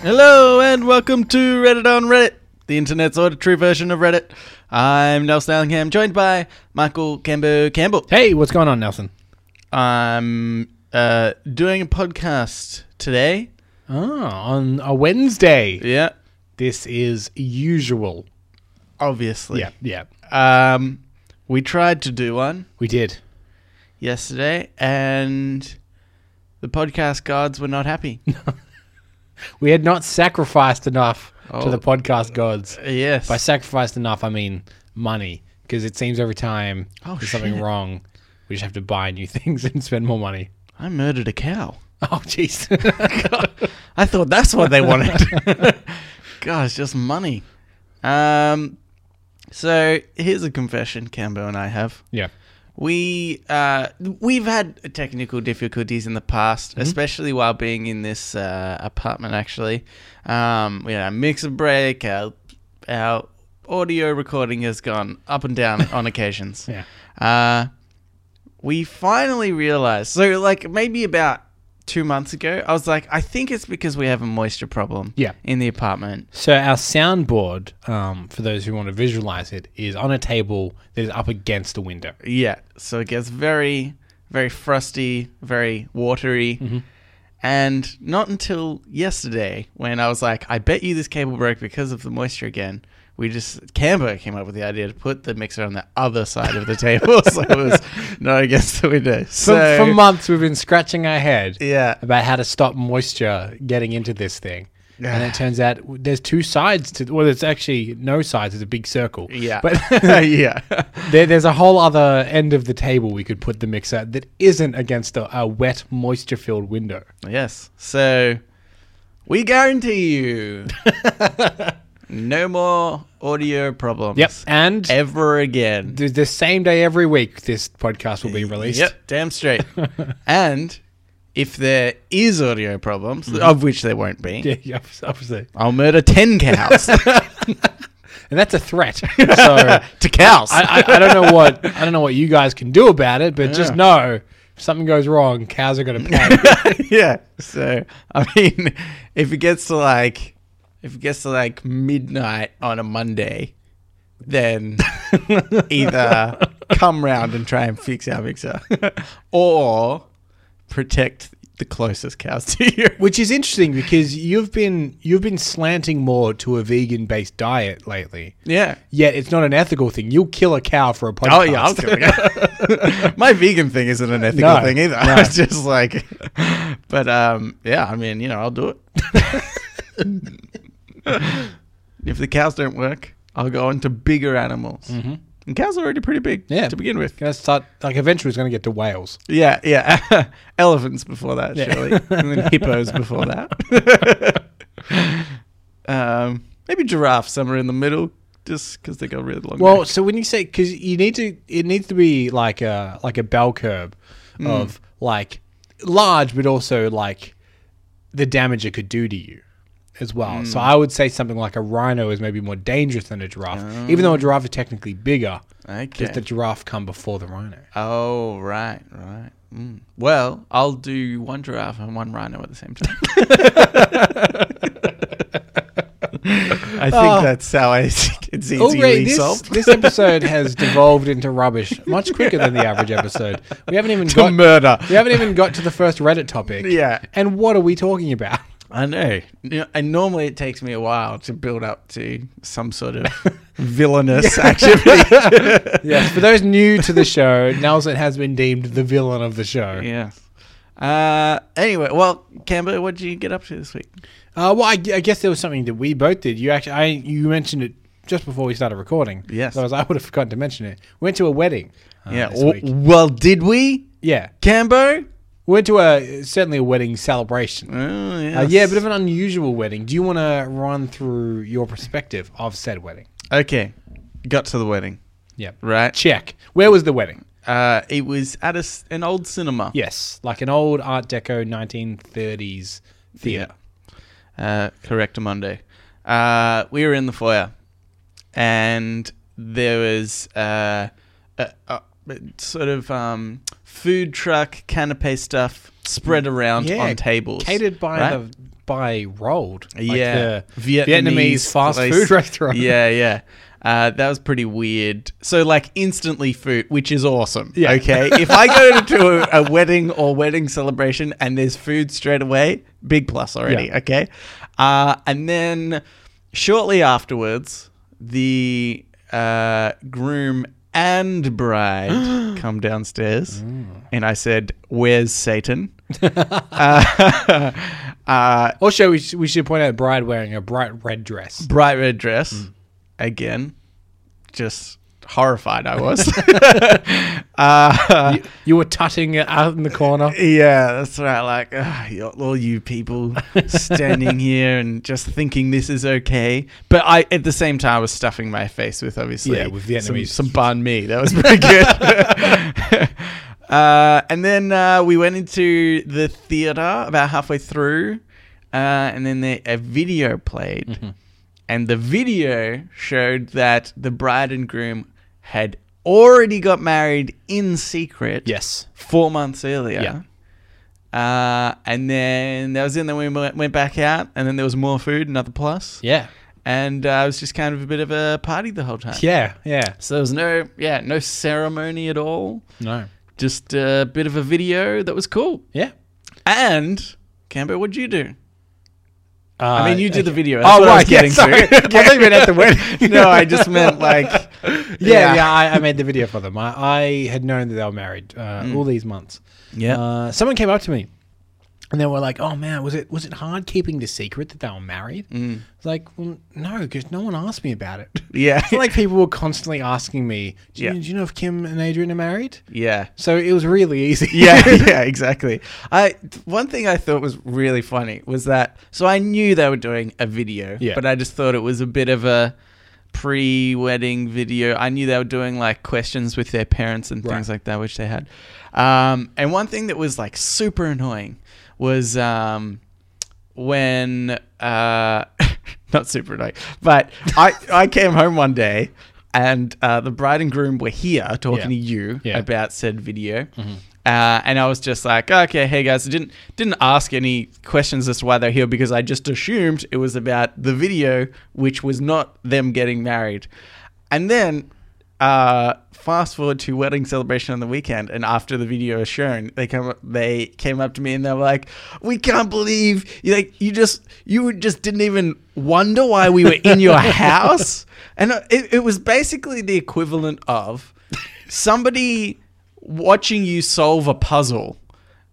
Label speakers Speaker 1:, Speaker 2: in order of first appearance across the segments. Speaker 1: Hello and welcome to Reddit on Reddit, the internet's auditory version of Reddit. I'm Nels Allingham, joined by Michael Cambo Campbell.
Speaker 2: Hey, what's going on, Nelson?
Speaker 1: I'm uh, doing a podcast today.
Speaker 2: Oh, on a Wednesday.
Speaker 1: Yeah,
Speaker 2: This is usual.
Speaker 1: obviously.
Speaker 2: Yeah, yeah.
Speaker 1: Um, we tried to do one
Speaker 2: We did.
Speaker 1: yesterday, and the podcast gods were not happy.
Speaker 2: We had not sacrificed enough
Speaker 1: Oh.
Speaker 2: to the podcast gods.
Speaker 1: yes.
Speaker 2: By sacrificed enough, I mean money, because it seems every time
Speaker 1: Oh,
Speaker 2: there's something
Speaker 1: shit.
Speaker 2: wrong, we just have to buy new things and spend more money.
Speaker 1: I murdered a cow.
Speaker 2: Oh, jeez.
Speaker 1: I thought that's what they wanted. Gosh, just money. Um, so here's a confession Cambo and I have.
Speaker 2: yeah.
Speaker 1: We uh, we've had technical difficulties in the past, especially while being in this uh, apartment. Actually, um, we had our mixer break. Our, our audio recording has gone up and down on occasions.
Speaker 2: Yeah.
Speaker 1: Uh, we finally realized. So, like, maybe about two months ago, I was like, I think it's because we have a moisture problem.
Speaker 2: Yeah.
Speaker 1: In the apartment.
Speaker 2: So our soundboard, um, for those who want to visualize it, is on a table that is up against a window.
Speaker 1: Yeah. So it gets very, very frosty, very watery.
Speaker 2: Mm-hmm.
Speaker 1: And not until yesterday, when I was like, I bet you this cable broke because of the moisture again. We just Cambo came up with the idea to put the mixer on the other side of the table, so it was not against the window.
Speaker 2: For,
Speaker 1: So
Speaker 2: for months, we've been scratching our head.
Speaker 1: yeah,
Speaker 2: about how to stop moisture getting into this thing. And it turns out w- there's two sides to well, there's actually no sides. It's a big circle.
Speaker 1: yeah,
Speaker 2: but
Speaker 1: yeah.
Speaker 2: there, there's a whole other end of the table we could put the mixer that isn't against a, a wet, moisture-filled window.
Speaker 1: Yes. So we guarantee you no more audio problems.
Speaker 2: Yep, and
Speaker 1: Ever again.
Speaker 2: the, the same day every week, this podcast will be released.
Speaker 1: Yep. Damn straight. and if there is audio problems, of which there won't be,
Speaker 2: Mm-hmm. Yeah, yeah, obviously.
Speaker 1: I'll murder 10 cows.
Speaker 2: And that's a threat. So
Speaker 1: to cows.
Speaker 2: I, I, I don't know what I don't know what you guys can do about it, but just know if something goes wrong, cows are going to pay.
Speaker 1: yeah. So, I mean, if it gets to like. If it gets to like midnight on a Monday, then either come round and try and fix our mixer or protect the closest cows to you.
Speaker 2: Which is interesting because you've been you've been slanting more to a vegan based diet lately.
Speaker 1: Yeah.
Speaker 2: Yet it's not an ethical thing. You'll kill a cow for a podcast.
Speaker 1: Oh, yeah. I'll do it. My vegan thing isn't an ethical
Speaker 2: No,
Speaker 1: thing either.
Speaker 2: no.
Speaker 1: It's just like, but um, yeah, I mean, you know, I'll do it. if the cows don't work, I'll go on to bigger animals. And cows are already pretty big
Speaker 2: Mm-hmm. Yeah.
Speaker 1: to begin with.
Speaker 2: Gonna start like eventually it's gonna get to whales.
Speaker 1: Yeah, yeah. Elephants before that,
Speaker 2: Yeah.
Speaker 1: surely. And then hippos before that. um, maybe giraffes somewhere in the middle, just because they got really long.
Speaker 2: Well,
Speaker 1: necks.
Speaker 2: so when you say because you need to, it needs to be like a like a bell curve
Speaker 1: Hmm.
Speaker 2: of like large, but also like the damage it could do to you as well. So
Speaker 1: Hmm.
Speaker 2: I would say something like a rhino is maybe more dangerous than a giraffe, even though a giraffe is technically bigger.
Speaker 1: Oh. okay.
Speaker 2: Does the giraffe come before the rhino?
Speaker 1: oh, right, right. Mm. Well, I'll do one giraffe and one rhino at the same time. I think
Speaker 2: Oh.
Speaker 1: that's how I think it's easily
Speaker 2: Alright, Oh, this,
Speaker 1: solved.
Speaker 2: this episode has devolved into rubbish much quicker than the average episode. We haven't even
Speaker 1: To
Speaker 2: got
Speaker 1: murder.
Speaker 2: we haven't even got to the first Reddit topic.
Speaker 1: Yeah.
Speaker 2: And what are we talking about?
Speaker 1: I know. You know, and normally it takes me a while to build up to some sort of villainous activity.
Speaker 2: Yes. For those new to the show, Nelson has been deemed the villain of the show.
Speaker 1: yeah. Uh, anyway, well, Camber, what did you get up to this week?
Speaker 2: Uh, well, I, gu- I guess there was something that we both did. You actually, I, you mentioned it just before we started recording.
Speaker 1: Yes.
Speaker 2: So I, was, I would have forgotten to mention it. Went to a wedding. uh,
Speaker 1: yeah.
Speaker 2: this
Speaker 1: w-
Speaker 2: week.
Speaker 1: well, did we,
Speaker 2: Yeah.
Speaker 1: Cambo?
Speaker 2: Went to a certainly a wedding celebration.
Speaker 1: Oh,
Speaker 2: Uh, yeah, a bit of an unusual wedding. Do you want to run through your perspective of said wedding?
Speaker 1: okay. Got to the wedding,
Speaker 2: Yeah.
Speaker 1: right?
Speaker 2: Check. Where was the wedding?
Speaker 1: Uh, it was at a s an old cinema.
Speaker 2: Yes, like an old Art Deco 1930s theater.
Speaker 1: Uh, correct Monday. Uh, we were in the foyer, and there was uh, a, a sort of um, food truck, canapé stuff spread around
Speaker 2: Mm. Yeah,
Speaker 1: on tables,
Speaker 2: Catered by
Speaker 1: right?
Speaker 2: the by rolled. Like
Speaker 1: yeah,
Speaker 2: the Vietnamese, fast
Speaker 1: place.
Speaker 2: food restaurant.
Speaker 1: Yeah, yeah. Uh, that was pretty weird. So, like, instantly food, which is awesome.
Speaker 2: Yeah.
Speaker 1: Okay. if I go to a, a wedding or wedding celebration and there's food straight away, big plus already.
Speaker 2: Yeah.
Speaker 1: Okay. Uh, and then shortly afterwards, the uh, groom and bride come downstairs.
Speaker 2: Oh.
Speaker 1: And I said, Where's Satan? uh, uh,
Speaker 2: Also, we, sh- we should point out Bride wearing a bright red dress.
Speaker 1: bright red dress again just horrified i was uh,
Speaker 2: You, you were tutting it out in the corner.
Speaker 1: yeah that's right like ugh, you- all you people standing here and just thinking this is okay but i at the same time i was stuffing my face with obviously
Speaker 2: Yeah, with
Speaker 1: some,
Speaker 2: Vietnamese.
Speaker 1: some banh mi that was pretty good Uh, and then uh, we went into the theater about halfway through, uh, and then the, a video played,
Speaker 2: Mm-hmm.
Speaker 1: and the video showed that the bride and groom had already got married in secret.
Speaker 2: Yes.
Speaker 1: four months earlier. Uh, and then that was it. And then we went went back out, and then there was more food, another plus,
Speaker 2: Yeah.
Speaker 1: and uh, it was just kind of a bit of a party the whole time.
Speaker 2: Yeah. Yeah.
Speaker 1: So there was no, yeah, no ceremony at all
Speaker 2: No.
Speaker 1: just a bit of a video that was cool.
Speaker 2: Yeah.
Speaker 1: And Cambo, what'd you do?
Speaker 2: Uh,
Speaker 1: I mean, you did the video. That's
Speaker 2: Oh,
Speaker 1: what I was
Speaker 2: right, yeah,
Speaker 1: getting
Speaker 2: sorry.
Speaker 1: to.
Speaker 2: I thought you meant at the wedding.
Speaker 1: no, I just meant like,
Speaker 2: Yeah, yeah. I, I made the video for them. I, I had known that they were married uh, all these months.
Speaker 1: Mm. yeah.
Speaker 2: Uh, someone came up to me, and they were like, "Oh man, was it was it hard keeping the secret that they were married?" Mm. I was like, "Well, no, because no one asked me about it."
Speaker 1: yeah,
Speaker 2: It's not like people were constantly asking me, do you,
Speaker 1: Yeah.
Speaker 2: do you know if Kim and Adrian are married?"
Speaker 1: yeah.
Speaker 2: So it was really easy.
Speaker 1: yeah, yeah, exactly. I one thing I thought was really funny was that so I knew they were doing a video,
Speaker 2: Yeah.
Speaker 1: but I just thought it was a bit of a pre-wedding video. I knew they were doing like questions with their parents and things
Speaker 2: Right.
Speaker 1: like that, which they had. Um, and one thing that was like super annoying was um, when uh, not super annoying, but I I came home one day. And uh, the bride and groom were here talking to
Speaker 2: Yeah.
Speaker 1: you
Speaker 2: Yeah.
Speaker 1: about said video. Uh, and I was just like, okay, hey guys, I didn't didn't ask any questions as to why they're here because I just assumed it was about the video, which was not them getting married. And then uh, fast forward to wedding celebration on the weekend, and after the video is shown, they come up, they came up to me and they were like, "We can't believe you like you just you were- just didn't even wonder why we were in your house." And uh, it, it was basically the equivalent of somebody watching you solve a puzzle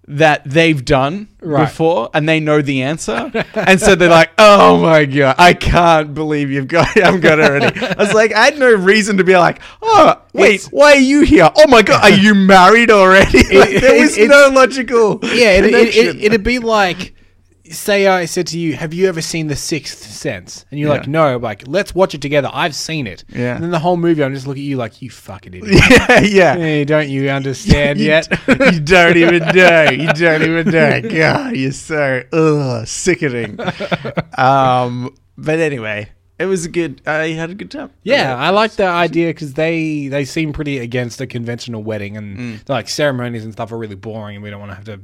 Speaker 1: that they've done
Speaker 2: Right.
Speaker 1: before and they know the answer and so they're like oh my god i can't believe you've got i've got it already i was like i had no reason to be like oh wait
Speaker 2: It's-
Speaker 1: why are you here oh my god are you married already like, there
Speaker 2: it-
Speaker 1: was
Speaker 2: it's-
Speaker 1: no logical
Speaker 2: yeah, it, it,
Speaker 1: connection.
Speaker 2: it, it'd be like, say I said to you, "Have you ever seen The Sixth Sense?" And you're like,
Speaker 1: Yeah.
Speaker 2: "No." I'm Like, let's watch it together. I've seen it.
Speaker 1: Yeah.
Speaker 2: And then the whole movie, I'm just looking at you like, "You fucking idiot."
Speaker 1: yeah yeah
Speaker 2: hey, don't you understand
Speaker 1: You
Speaker 2: yet?
Speaker 1: d- you don't even know. You don't even know. God, you're so ugh, sickening. Um, but anyway, it was a good. I had a good time.
Speaker 2: Yeah, I like that idea because they they seem pretty against a conventional wedding and
Speaker 1: Mm.
Speaker 2: like ceremonies and stuff are really boring and we don't want to have to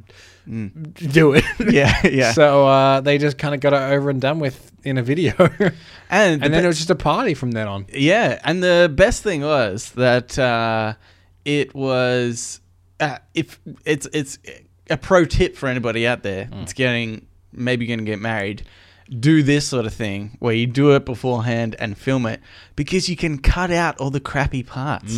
Speaker 2: do it.
Speaker 1: yeah, Mm. yeah.
Speaker 2: So uh, they just kind of got it over and done with in a video, and,
Speaker 1: and the
Speaker 2: then
Speaker 1: be-
Speaker 2: it was just a party from then on.
Speaker 1: yeah, and the best thing was that uh, it was. Uh, if it's it's a pro tip for anybody out there, it's getting maybe going to get married. Do this sort of thing where you do it beforehand and film it because you can cut out all the crappy parts.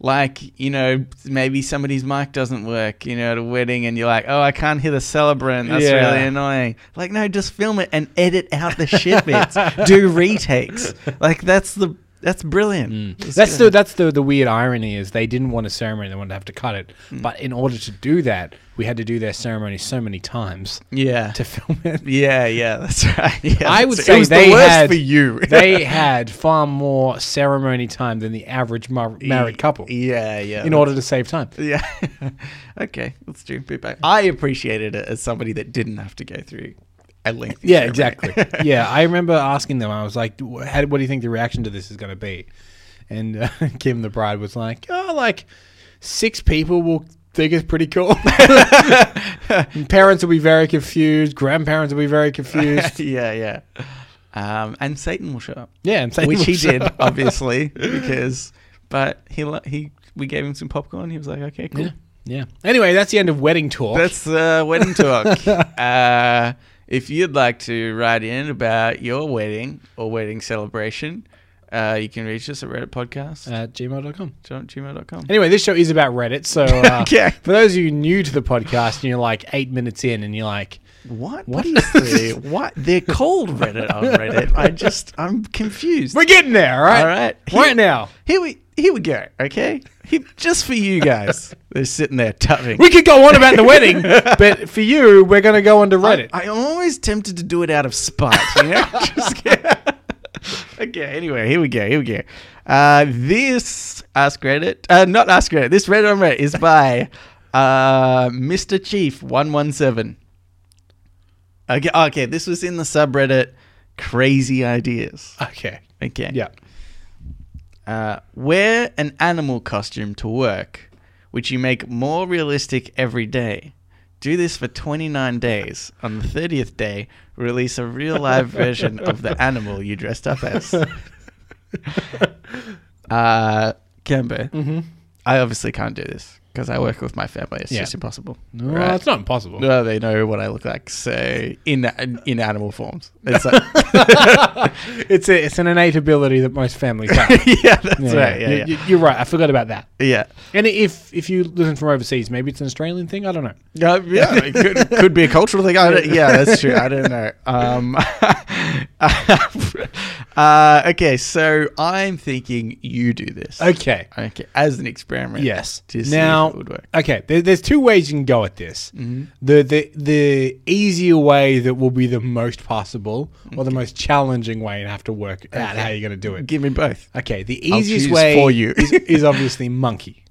Speaker 1: like you know maybe somebody's mic doesn't work you know at a wedding and you're like oh i can't hear the celebrant that's
Speaker 2: Yeah.
Speaker 1: really annoying like no just film it and edit out the shit bits do retakes like that's the that's brilliant It's
Speaker 2: Mm. That's
Speaker 1: good.
Speaker 2: the that's the the weird irony is they didn't want a ceremony, they wanted to have to cut it.
Speaker 1: Mm.
Speaker 2: But in order to do that, we had to do their ceremony so many times
Speaker 1: yeah
Speaker 2: to film it.
Speaker 1: yeah yeah that's right yeah,
Speaker 2: I would
Speaker 1: that's-
Speaker 2: say
Speaker 1: it was
Speaker 2: they
Speaker 1: the worst
Speaker 2: had-
Speaker 1: for you
Speaker 2: they had far more ceremony time than the average mar- married couple
Speaker 1: E-, yeah yeah
Speaker 2: in order to save time.
Speaker 1: yeah okay let's do it back i appreciated it as somebody that didn't have to go through a lengthy
Speaker 2: Yeah,
Speaker 1: ceremony.
Speaker 2: exactly. yeah, I remember asking them. I was like, "Wh- how, "What do you think the reaction to this is going to be?" And uh, Kim, the bride, was like, "Oh, like six people will think it's pretty cool. Parents will be very confused. Grandparents will be very confused.
Speaker 1: yeah, yeah. Um, and Satan will show up,
Speaker 2: Yeah, and Satan
Speaker 1: which
Speaker 2: will
Speaker 1: he
Speaker 2: show
Speaker 1: did,
Speaker 2: up.
Speaker 1: obviously, because. But he lo- he we gave him some popcorn. He was like, okay, cool.
Speaker 2: Yeah, yeah. Anyway, that's the end of wedding talk.
Speaker 1: That's the wedding talk. uh, if you'd like to write in about your wedding or wedding celebration, uh, you can reach us at Reddit podcast
Speaker 2: at gmail.com.
Speaker 1: gmail.com.
Speaker 2: Anyway, this show is about Reddit. So, uh,
Speaker 1: Okay.
Speaker 2: for those of you new to the podcast and you're like eight minutes in and you're like,
Speaker 1: What?
Speaker 2: What?
Speaker 1: What is the, what? They're called Reddit on Reddit. I just I'm confused.
Speaker 2: we're getting there, all right?
Speaker 1: All right.
Speaker 2: Right now.
Speaker 1: Here we here we go. Okay, Here- just for you guys. They're sitting there tubbing.
Speaker 2: We could go on about the wedding, but for you, we're going to go on to Reddit.
Speaker 1: I, am always tempted to do it out of spite, you know? Just get- okay, anyway, here we go. Here we go. Uh, this Ask Reddit, uh, not Ask Reddit, this Reddit on Reddit is by uh, Mr. Chief 117. Okay, okay, this was in the subreddit Crazy Ideas.
Speaker 2: okay.
Speaker 1: Okay.
Speaker 2: Yeah.
Speaker 1: Uh, wear an animal costume to work, which you make more realistic every day. Do this for 29 days. On the 30th day, release a real live version of the animal you dressed up as. Uh, Kemba,
Speaker 2: Mm-hmm.
Speaker 1: I obviously can't do this because I work with my family. It's
Speaker 2: Yeah.
Speaker 1: just impossible.
Speaker 2: No,
Speaker 1: right?
Speaker 2: it's not impossible.
Speaker 1: No, they know what I look like. So in in animal forms, it's like,
Speaker 2: It's a, it's an innate ability that most families have.
Speaker 1: yeah, that's
Speaker 2: Yeah,
Speaker 1: right. Yeah, yeah.
Speaker 2: You, are right. I forgot about that.
Speaker 1: yeah.
Speaker 2: And if if you listen from overseas, maybe it's an Australian thing. I don't know.
Speaker 1: Uh, yeah, it could, could be a cultural thing. I don't, yeah, that's true. I don't know. Um, uh, okay, so I'm thinking you do this.
Speaker 2: Okay.
Speaker 1: Okay, as an experiment.
Speaker 2: Yes.
Speaker 1: To see
Speaker 2: Now-
Speaker 1: if it would work. Mm-hmm.
Speaker 2: Okay. There, there's two ways you can go at this. The the the easier way that will be the most possible, or the most challenging way, and have to work out how you're going to do it.
Speaker 1: Give me both.
Speaker 2: Okay. The
Speaker 1: I'll
Speaker 2: easiest
Speaker 1: choose
Speaker 2: way
Speaker 1: for you.
Speaker 2: is, is obviously monkey,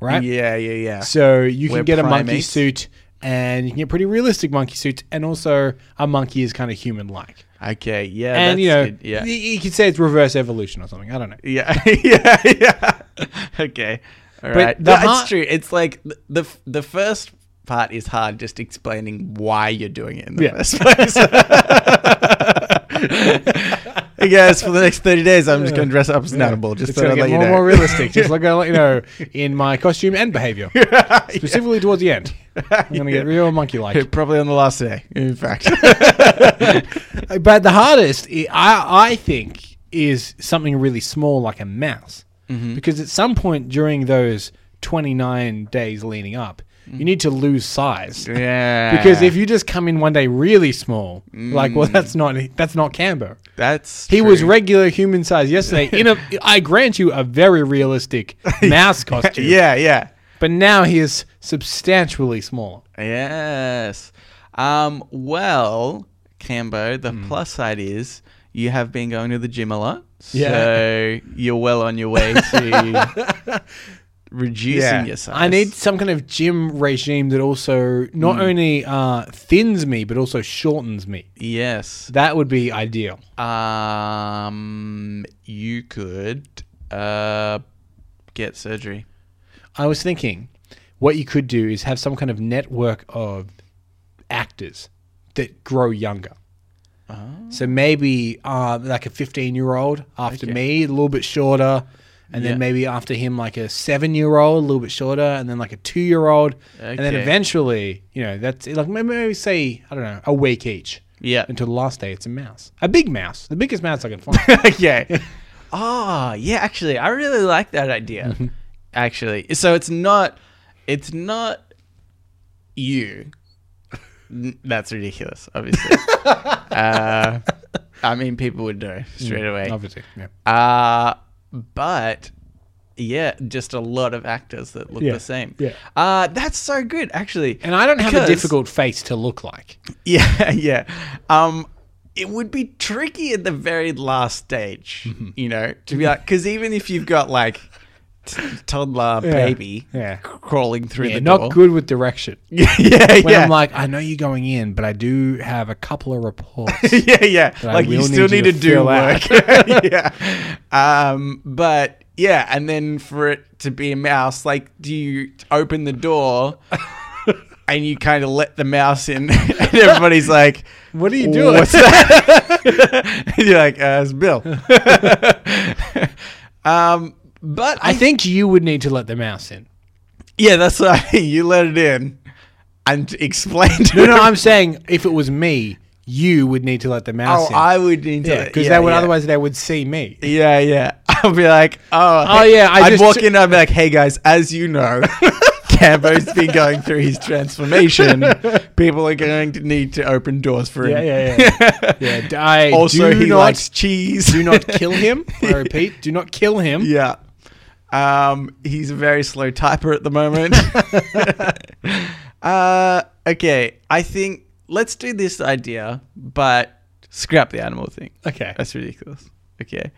Speaker 2: right?
Speaker 1: Yeah, yeah, yeah.
Speaker 2: So you can
Speaker 1: We're
Speaker 2: get a monkey
Speaker 1: primates.
Speaker 2: suit, and you can get pretty realistic monkey suits, and also a monkey is kind of human-like.
Speaker 1: Okay, yeah.
Speaker 2: and
Speaker 1: that's
Speaker 2: you know,
Speaker 1: good. yeah.
Speaker 2: y- you could say it's reverse evolution or something. I don't know.
Speaker 1: Yeah, yeah, yeah. Okay, all right.
Speaker 2: the
Speaker 1: That's
Speaker 2: har-
Speaker 1: true. It's like th- the f- the first part is hard, just explaining why you're doing it in the
Speaker 2: Yeah.
Speaker 1: first place. I guess for the next thirty days, I'm just going to dress up as an animal. Just
Speaker 2: it's
Speaker 1: to
Speaker 2: gonna
Speaker 1: let
Speaker 2: get
Speaker 1: you know.
Speaker 2: more and more realistic. Just like I let you know in my costume and behavior, specifically towards the end. I'm gonna get real monkey-like.
Speaker 1: Probably on the last day, in fact.
Speaker 2: Uh, But the hardest, i- I I think, is something really small like a mouse,
Speaker 1: Mm-hmm.
Speaker 2: because at some point during those 29 days leading up, you need to lose size.
Speaker 1: Mm. yeah,
Speaker 2: Because if you just come in one day really small, like well, that's not that's not Cambo.
Speaker 1: that's
Speaker 2: He was
Speaker 1: Mm. true.
Speaker 2: regular human size yesterday. In a, I grant you, a very realistic mouse costume.
Speaker 1: yeah, yeah.
Speaker 2: But now he is substantially smaller.
Speaker 1: Yes. Um, well, Cambo, the plus side is you have been going to the gym a lot.
Speaker 2: Yeah.
Speaker 1: So you're well on your way to reducing your size.
Speaker 2: I need some kind of gym regime that also not only uh, thins me but also shortens me.
Speaker 1: Yes.
Speaker 2: That would be ideal.
Speaker 1: Um, you could uh, get surgery.
Speaker 2: I was thinking, what you could do is have some kind of network of actors that grow younger.
Speaker 1: Oh.
Speaker 2: So maybe uh, like a 15 year old after me, a little bit shorter. And then
Speaker 1: Yeah.
Speaker 2: maybe after him, like a seven year old, a little bit shorter. And then like a two year old. And then
Speaker 1: Okay.
Speaker 2: eventually, you know, that's like maybe, maybe say, I don't know, a week each.
Speaker 1: Yeah.
Speaker 2: Until the last day, it's a mouse. A big mouse. The biggest mouse I can find.
Speaker 1: okay. Ah, yeah, actually, I really like that idea.
Speaker 2: Mm-hmm.
Speaker 1: Actually, so it's not, it's not you. N- That's ridiculous, obviously. uh, I mean, people would know
Speaker 2: Mm,
Speaker 1: straight away.
Speaker 2: Obviously. Yeah.
Speaker 1: Uh, but yeah, just a lot of actors that look
Speaker 2: Yeah,
Speaker 1: the same.
Speaker 2: yeah.
Speaker 1: Uh, that's so good, actually.
Speaker 2: And I don't have
Speaker 1: Because-
Speaker 2: a difficult face to look like.
Speaker 1: yeah, yeah. Um, it would be tricky at the very last stage,
Speaker 2: Mm-hmm.
Speaker 1: you know, to be like, because even if you've got like t- toddler baby
Speaker 2: yeah.
Speaker 1: c- crawling through
Speaker 2: Yeah,
Speaker 1: the
Speaker 2: not
Speaker 1: door,
Speaker 2: good with direction.
Speaker 1: yeah, yeah,
Speaker 2: when
Speaker 1: yeah.
Speaker 2: I'm like, I know you're going in, but I do have a couple of reports.
Speaker 1: yeah, yeah.
Speaker 2: I
Speaker 1: Like you
Speaker 2: will
Speaker 1: still
Speaker 2: need
Speaker 1: need,
Speaker 2: you
Speaker 1: to,
Speaker 2: to
Speaker 1: do
Speaker 2: fill
Speaker 1: work.
Speaker 2: out.
Speaker 1: yeah. Um, but Yeah, and then for it to be a mouse, like, do you open the door and you kind of let the mouse in? and everybody's like,
Speaker 2: What are you doing?
Speaker 1: What's that? and you're like, uh, it's Bill. um, but I,
Speaker 2: I think you would need to let the mouse in.
Speaker 1: yeah, that's why you let it in and explain to
Speaker 2: No, no, I'm saying if it was me, you would need to let the mouse
Speaker 1: Oh,
Speaker 2: in.
Speaker 1: I would need to.
Speaker 2: yeah, because
Speaker 1: yeah,
Speaker 2: they would
Speaker 1: yeah.
Speaker 2: otherwise they would see me.
Speaker 1: Yeah, yeah. I'll be like, oh,
Speaker 2: Oh, yeah, I
Speaker 1: I'd
Speaker 2: just-
Speaker 1: walk in. I'd be like, hey guys, as you know, Cambo's been going through his transformation. People are going to need to open doors for him.
Speaker 2: yeah. yeah d- I
Speaker 1: Also,
Speaker 2: do
Speaker 1: he
Speaker 2: not,
Speaker 1: likes cheese.
Speaker 2: do not kill him. I repeat, do not kill him.
Speaker 1: yeah. Um, he's a very slow typer at the moment. uh, okay, I think let's do this idea, but scrap the animal thing.
Speaker 2: Okay.
Speaker 1: That's ridiculous. Okay.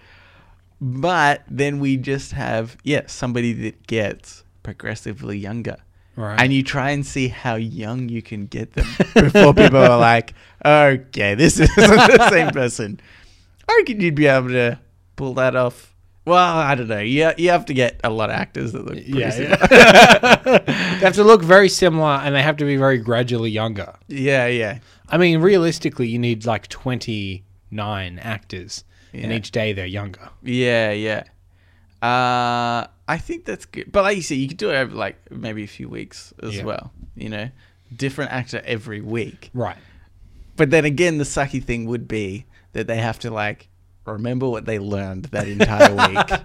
Speaker 1: But then we just have, yeah, somebody that gets progressively younger.
Speaker 2: Right.
Speaker 1: And you try and see how young you can get them before people are like, okay, this isn't the same person. I reckon you'd be able to pull that off. Well, I don't know. You, you have to get a lot of actors that look pretty
Speaker 2: Yeah,
Speaker 1: similar.
Speaker 2: they have to look very similar, and they have to be very gradually younger.
Speaker 1: Yeah, yeah.
Speaker 2: I mean, realistically, you need like 29 actors, and
Speaker 1: Yeah.
Speaker 2: each day they're younger.
Speaker 1: Yeah, yeah. Uh, I think that's good. But like you said, you could do it over like maybe a few weeks as
Speaker 2: Yeah.
Speaker 1: well. You know, different actor every week.
Speaker 2: Right.
Speaker 1: But then again, the sucky thing would be that they have to like remember what they learned that entire week,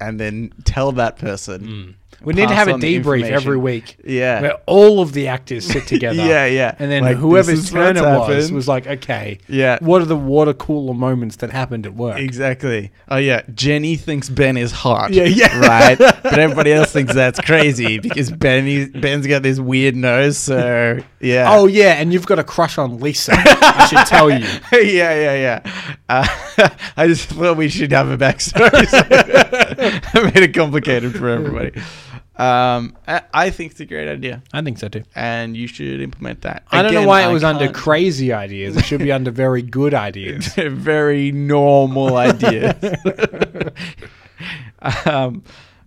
Speaker 1: and then tell that person.
Speaker 2: We
Speaker 1: Hmm.
Speaker 2: need to
Speaker 1: pass
Speaker 2: have a
Speaker 1: on the
Speaker 2: debrief every
Speaker 1: information.
Speaker 2: week
Speaker 1: Yeah.
Speaker 2: where all of the actors sit together.
Speaker 1: Yeah, yeah.
Speaker 2: And then
Speaker 1: Like,
Speaker 2: whoever's
Speaker 1: this is
Speaker 2: turn it
Speaker 1: what's
Speaker 2: was
Speaker 1: happened.
Speaker 2: was like, okay,
Speaker 1: Yeah.
Speaker 2: what are the water cooler moments that happened at work?
Speaker 1: Exactly. Oh yeah, Jenny thinks Ben is hot.
Speaker 2: Yeah, yeah.
Speaker 1: Right, but everybody else thinks that's crazy because Benny Ben's got this weird nose. So yeah.
Speaker 2: Oh yeah, and you've got a crush on Lisa. I should tell you.
Speaker 1: yeah, yeah, yeah. Uh, I just thought we should have a backstory. So I made it complicated for everybody. Um, I, I think it's a great idea,
Speaker 2: I think so too.
Speaker 1: and you should implement that.
Speaker 2: I don't know
Speaker 1: Again,
Speaker 2: why it was under
Speaker 1: can't-
Speaker 2: crazy ideas. It should be under very good ideas.
Speaker 1: very normal ideas. um,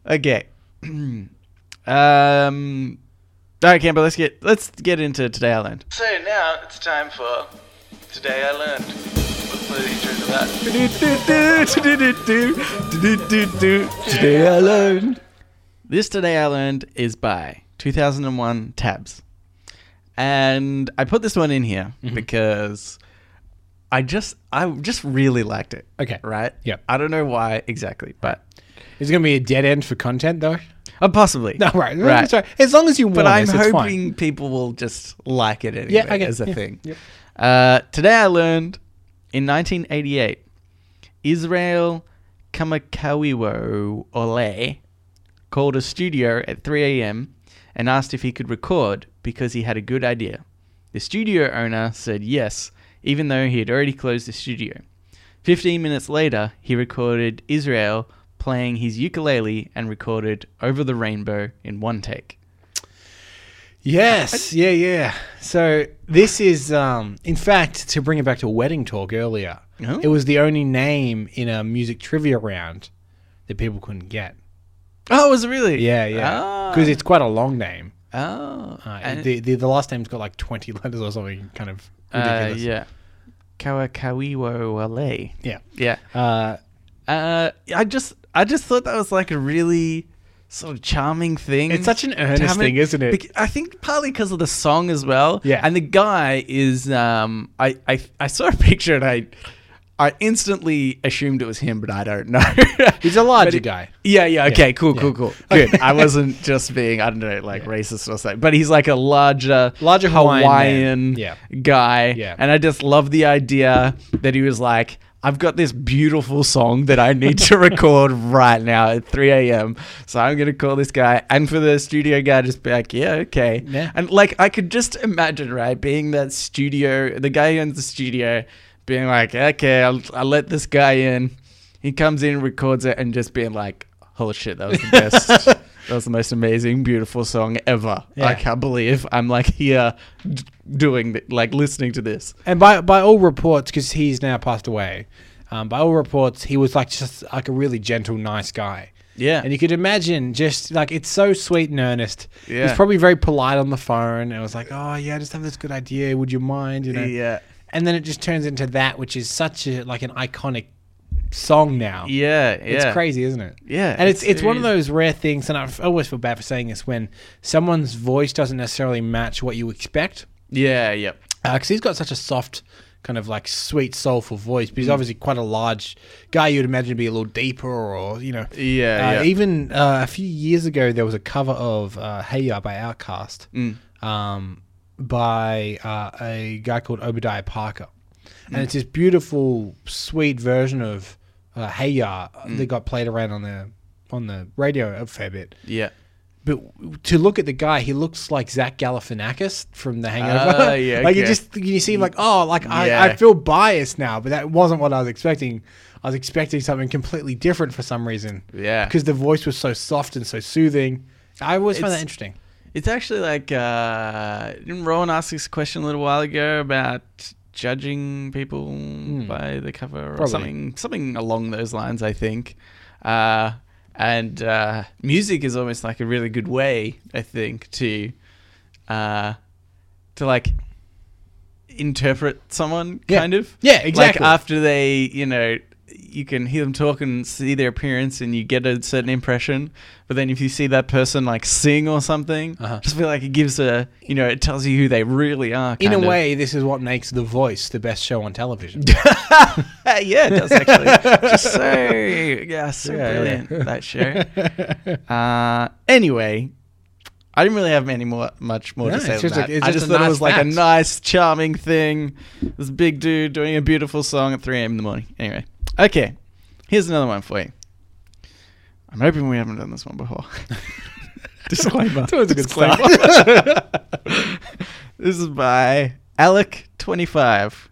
Speaker 1: okay. um, all right, Campbell. Let's get let's get into today I learned. So now it's time for today I learned. Let's play the intro to that. Today I learned. This today I learned is by 2001 Tabs, and I put this one in here
Speaker 2: Mm-hmm.
Speaker 1: because I just I just really liked it.
Speaker 2: Okay.
Speaker 1: Right.
Speaker 2: Yep.
Speaker 1: I don't know why exactly, but
Speaker 2: It's going to be a dead end for content though.
Speaker 1: uh, possibly.
Speaker 2: No, right.
Speaker 1: Right.
Speaker 2: Sorry. As long as you warn
Speaker 1: But I'm
Speaker 2: us, it's fine.
Speaker 1: hoping people will just like it anyway
Speaker 2: Yeah, I get
Speaker 1: as a
Speaker 2: yeah,
Speaker 1: thing.
Speaker 2: yep.
Speaker 1: Uh, today I learned in 1988, Israel Kamikawiwo Ole called a studio at 3 a.m. and asked if he could record because he had a good idea. The studio owner said yes, even though he had already closed the studio. 15 minutes later, he recorded Israel playing his ukulele and recorded Over the Rainbow in one take.
Speaker 2: Yes, yeah, yeah. So this is, um, in fact, to bring it back to wedding talk earlier,
Speaker 1: Oh.
Speaker 2: it was the only name in a music trivia round that people couldn't get.
Speaker 1: Oh, was it really?
Speaker 2: Yeah, yeah,
Speaker 1: Ah.
Speaker 2: because it's quite a long name.
Speaker 1: Oh,
Speaker 2: Uh,
Speaker 1: and-
Speaker 2: the, the the last name's got like twenty letters or something, kind of
Speaker 1: uh,
Speaker 2: ridiculous.
Speaker 1: yeah. Kawakawiwo Wale.
Speaker 2: yeah.
Speaker 1: Yeah.
Speaker 2: Uh,
Speaker 1: Uh, I just, I just thought that was like a really sort of charming thing.
Speaker 2: It's such an earnest
Speaker 1: to have
Speaker 2: thing, isn't it?
Speaker 1: bec- I think partly because of the song as well.
Speaker 2: Yeah.
Speaker 1: And the guy is, um, I, I, I saw a picture and I, I instantly assumed it was him, but I don't know.
Speaker 2: he's a larger
Speaker 1: it-
Speaker 2: guy.
Speaker 1: Yeah, yeah, okay, cool,
Speaker 2: yeah.
Speaker 1: cool, cool. Good. I wasn't just being, I don't know, like racist or something, but he's like a larger,
Speaker 2: Larger Hawaiian man.
Speaker 1: Hawaiian
Speaker 2: Yeah.
Speaker 1: guy.
Speaker 2: Yeah.
Speaker 1: And I just love the idea that he was like, I've got this beautiful song that I need to record right now at 3 a.m. So I'm going to call this guy. And for the studio guy, just be like, yeah, okay.
Speaker 2: Yeah.
Speaker 1: And like, I could just imagine, right, being that studio, the guy who owns the studio, being like, okay, I'll, I'll let this guy in. He comes in, records it, and just being like, holy shit, that was the best. that was the most amazing, beautiful song ever.
Speaker 2: Yeah.
Speaker 1: I can't believe I'm like here d- doing, th- like listening to this.
Speaker 2: And by by all reports, because he's now passed away, Um, by all reports, he was like just like a really gentle, nice guy.
Speaker 1: Yeah.
Speaker 2: And you could imagine just like it's so sweet and earnest. He's
Speaker 1: Yeah.
Speaker 2: probably very polite on the phone and was like, "Oh yeah, I just have this good idea. Would you mind?" You know.
Speaker 1: yeah.
Speaker 2: And then it just turns into that, which is such a like an iconic song now.
Speaker 1: Yeah. Yeah.
Speaker 2: It's crazy, isn't it?
Speaker 1: Yeah,
Speaker 2: And it's
Speaker 1: it's-
Speaker 2: it's one of
Speaker 1: it is.
Speaker 2: those rare things, and I f- I always feel bad for saying this when someone's voice doesn't necessarily match what you expect,
Speaker 1: Yeah. Yep.
Speaker 2: because Uh, he's got such a soft, kind of like sweet, soulful voice. But he's
Speaker 1: Mm.
Speaker 2: obviously quite a large guy. You'd imagine to be a little deeper, or you know,
Speaker 1: Yeah.
Speaker 2: uh,
Speaker 1: yeah.
Speaker 2: even uh, a few years ago, there was a cover of uh, "Hey Ya" by Outkast
Speaker 1: Mm.
Speaker 2: um, by uh, a guy called Obadiah Parker, and
Speaker 1: Mm.
Speaker 2: it's this beautiful, sweet version of uh, "Hey Ya"
Speaker 1: Mm.
Speaker 2: that got played around on the on the radio a fair bit.
Speaker 1: yeah.
Speaker 2: But to look at the guy, he looks like Zach Galifianakis from The Hangover.
Speaker 1: Ah, yeah,
Speaker 2: like you
Speaker 1: okay.
Speaker 2: just you seem like oh, like I, I
Speaker 1: Yeah.
Speaker 2: feel biased now, but that wasn't what I was expecting. I was expecting something completely different for some reason
Speaker 1: Yeah.
Speaker 2: because the voice was so soft and so soothing. I always find
Speaker 1: It's-
Speaker 2: that interesting.
Speaker 1: It's actually like uh, didn't Rowan ask this question a little while ago about judging people by the cover or
Speaker 2: Hmm. Probably.
Speaker 1: something something along those lines, I think. Uh, and uh, music is almost like a really good way, I think, to uh, to like interpret someone
Speaker 2: Yeah.
Speaker 1: kind of.
Speaker 2: Yeah, exactly.
Speaker 1: Like after they, you know, you can hear them talk and see their appearance and you get a certain impression. But then if you see that person like sing or something,
Speaker 2: Uh-huh.
Speaker 1: just feel like it gives a, you know, it tells you who they really are.
Speaker 2: In a
Speaker 1: kind of.
Speaker 2: way, this is what makes The Voice the best show on television.
Speaker 1: Uh, yeah, it does actually. just so, yeah, so
Speaker 2: Yeah,
Speaker 1: brilliant that show. Uh, anyway, I didn't really have any more, much more
Speaker 2: No,
Speaker 1: to say.
Speaker 2: it's
Speaker 1: Than
Speaker 2: just
Speaker 1: that.
Speaker 2: a- it's
Speaker 1: I
Speaker 2: just
Speaker 1: just
Speaker 2: a
Speaker 1: thought
Speaker 2: nice
Speaker 1: it was like a
Speaker 2: fact.
Speaker 1: nice, charming thing. This big dude doing a beautiful song at 3 a.m. in the morning. Anyway, okay, here's another one for you. I'm hoping we haven't done this one before. Disclaimer.
Speaker 2: That was a good
Speaker 1: Disclaimer. this is by Alec25.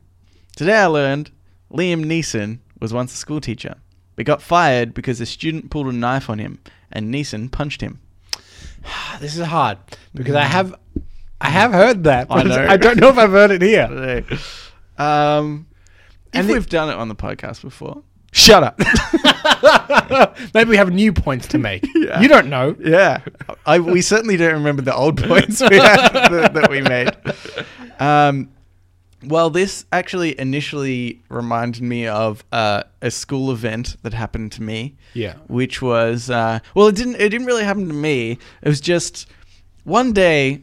Speaker 1: Today I learned Liam Neeson was once a school teacher, but got fired because a student pulled a knife on him and Neeson punched him.
Speaker 2: this is hard because I have, I have heard that.
Speaker 1: I
Speaker 2: but
Speaker 1: know.
Speaker 2: I don't know if I've heard it here.
Speaker 1: Um,
Speaker 2: And
Speaker 1: and
Speaker 2: the-
Speaker 1: we've done it on the podcast before.
Speaker 2: Shut up. Maybe we have new points to make.
Speaker 1: Yeah.
Speaker 2: You don't know.
Speaker 1: Yeah, I, we certainly don't remember the old points we had that, that we made. Um, well, this actually initially reminded me of uh, a school event that happened to me.
Speaker 2: Yeah.
Speaker 1: which was uh, well, it didn't it didn't really happen to me. It was just one day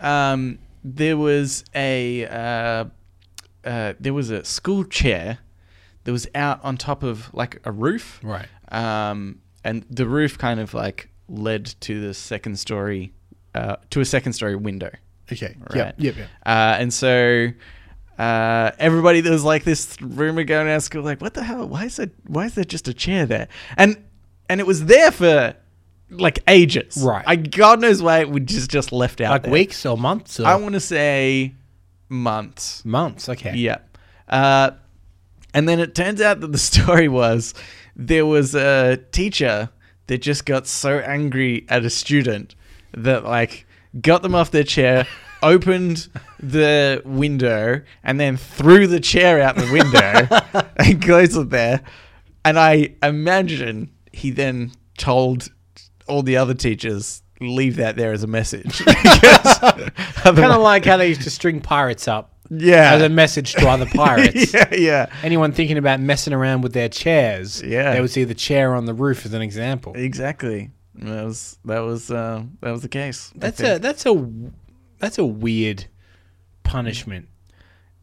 Speaker 1: um, there was a uh, uh, there was a school chair that was out on top of like a roof,
Speaker 2: Right.
Speaker 1: um, and the roof kind of like led to the second story, uh, to a second story window.
Speaker 2: Okay.
Speaker 1: Right.
Speaker 2: Yep. Yep. Yep.
Speaker 1: Uh, and so uh, everybody, there was like this rumor going around school, like, what the hell? Why is there, why is there just a chair there? And and it was there for like ages.
Speaker 2: Right.
Speaker 1: I God knows why it was just just left out.
Speaker 2: Like
Speaker 1: there.
Speaker 2: weeks or months or
Speaker 1: I want to say months.
Speaker 2: months. Okay.
Speaker 1: Yeah. Uh, and then it turns out that the story was there was a teacher that just got so angry at a student that, like, got them off their chair, opened the window, and then threw the chair out the window and closed it there. And I imagine he then told all the other teachers, leave that there as a message.
Speaker 2: Kind of like how they used to string pirates up
Speaker 1: yeah.
Speaker 2: as a message to other pirates.
Speaker 1: yeah, yeah.
Speaker 2: anyone thinking about messing around with their chairs,
Speaker 1: Yeah.
Speaker 2: they would see the chair on the roof as an example.
Speaker 1: Exactly. And That was that was uh, that was the case. I
Speaker 2: That's
Speaker 1: think.
Speaker 2: a that's a that's a weird punishment.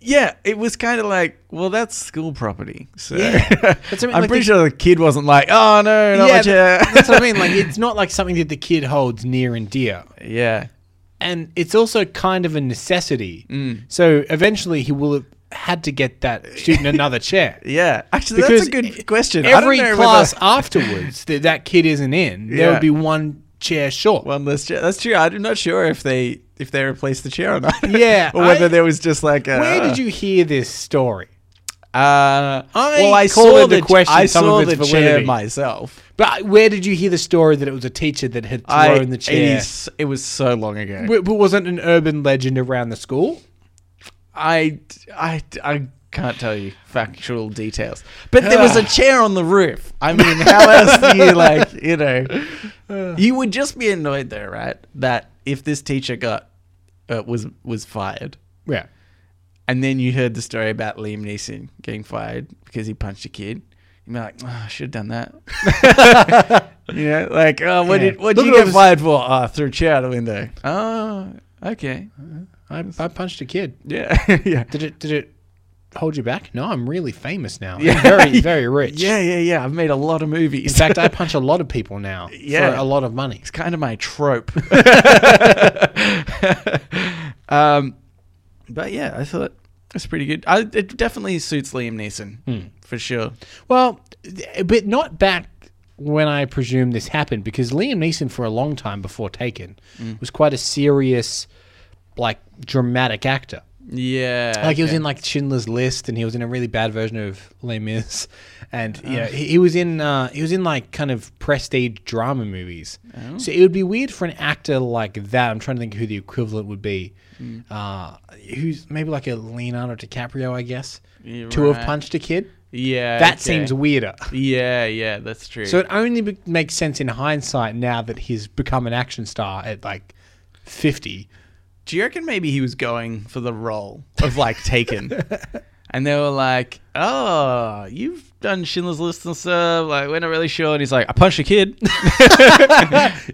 Speaker 1: yeah. It was kind of like, well, that's school property. So
Speaker 2: Yeah. That's what I mean,
Speaker 1: I'm
Speaker 2: like
Speaker 1: pretty
Speaker 2: the-
Speaker 1: sure the kid wasn't like, oh no, not my
Speaker 2: Yeah,
Speaker 1: chair.
Speaker 2: that's what I mean. Like it's not like something that the kid holds near and dear,
Speaker 1: yeah,
Speaker 2: and it's also kind of a necessity.
Speaker 1: Mm.
Speaker 2: So eventually, he will have had to get that student another chair.
Speaker 1: yeah. Actually,
Speaker 2: Because
Speaker 1: that's a good question.
Speaker 2: Every
Speaker 1: I don't know
Speaker 2: class
Speaker 1: whether-
Speaker 2: afterwards that that kid isn't in, there
Speaker 1: Yeah.
Speaker 2: would be one chair short.
Speaker 1: one less chair. That's true. I'm not sure if they if they replaced the chair or not.
Speaker 2: Yeah,
Speaker 1: or whether
Speaker 2: I-
Speaker 1: there was just like a.
Speaker 2: Where did you hear this story?
Speaker 1: Uh, well, I
Speaker 2: call
Speaker 1: saw
Speaker 2: into
Speaker 1: the question.
Speaker 2: question
Speaker 1: I
Speaker 2: some
Speaker 1: saw
Speaker 2: of
Speaker 1: the
Speaker 2: its
Speaker 1: chair
Speaker 2: validity.
Speaker 1: myself.
Speaker 2: But where did you hear the story that it was a teacher that had
Speaker 1: I
Speaker 2: thrown the chair?
Speaker 1: It, is, it was so long ago.
Speaker 2: W- But wasn't an urban legend around the school?
Speaker 1: I, I, I Can't tell you factual details. But there was a chair on the roof. I mean, how else do you, like, you know? You would just be annoyed, though, right? That if this teacher got, uh, was, was fired,
Speaker 2: Yeah.
Speaker 1: and then you heard the story about Liam Neeson getting fired because he punched a kid. You'd be like, oh, I should have done that. you know, like, oh, what
Speaker 2: Yeah.
Speaker 1: did what
Speaker 2: Look
Speaker 1: did you
Speaker 2: at all
Speaker 1: get
Speaker 2: this-
Speaker 1: fired for? Oh, threw a chair out the window. Oh, okay.
Speaker 2: I, I punched a kid.
Speaker 1: Yeah. yeah.
Speaker 2: Did it? Did it hold you back? No, I'm really famous now.
Speaker 1: Yeah.
Speaker 2: I'm very, very rich.
Speaker 1: Yeah, yeah, yeah. I've made a lot of movies.
Speaker 2: In fact, I punch a lot of people now
Speaker 1: Yeah.
Speaker 2: for a lot of money.
Speaker 1: it's kind of my trope. um, but yeah, I thought that's pretty good. I, it definitely suits Liam Neeson
Speaker 2: Hmm.
Speaker 1: for sure.
Speaker 2: Well, th- but not back when I presume this happened because Liam Neeson, for a long time before Taken,
Speaker 1: Mm.
Speaker 2: was quite a serious, like dramatic actor.
Speaker 1: Yeah,
Speaker 2: Like he was
Speaker 1: okay.
Speaker 2: in like Schindler's List, and he was in a really bad version of Les Mis, and you
Speaker 1: Oh.
Speaker 2: know he, he was in uh, he was in like kind of prestige drama movies.
Speaker 1: Oh.
Speaker 2: So it would be weird for an actor like that. I'm trying to think who the equivalent would be,
Speaker 1: Mm.
Speaker 2: uh, who's maybe like a Leonardo DiCaprio, I guess,
Speaker 1: You're
Speaker 2: to have
Speaker 1: right.
Speaker 2: punched a kid.
Speaker 1: Yeah,
Speaker 2: That
Speaker 1: okay.
Speaker 2: seems weirder.
Speaker 1: Yeah, yeah, that's true.
Speaker 2: So it only be- makes sense in hindsight now that he's become an action star at like 50.
Speaker 1: Do you reckon maybe he was going for the role of like Taken? and they were like, "Oh, you've done Schindler's List and stuff. Like, we're not really sure." And he's like, "I punched a kid."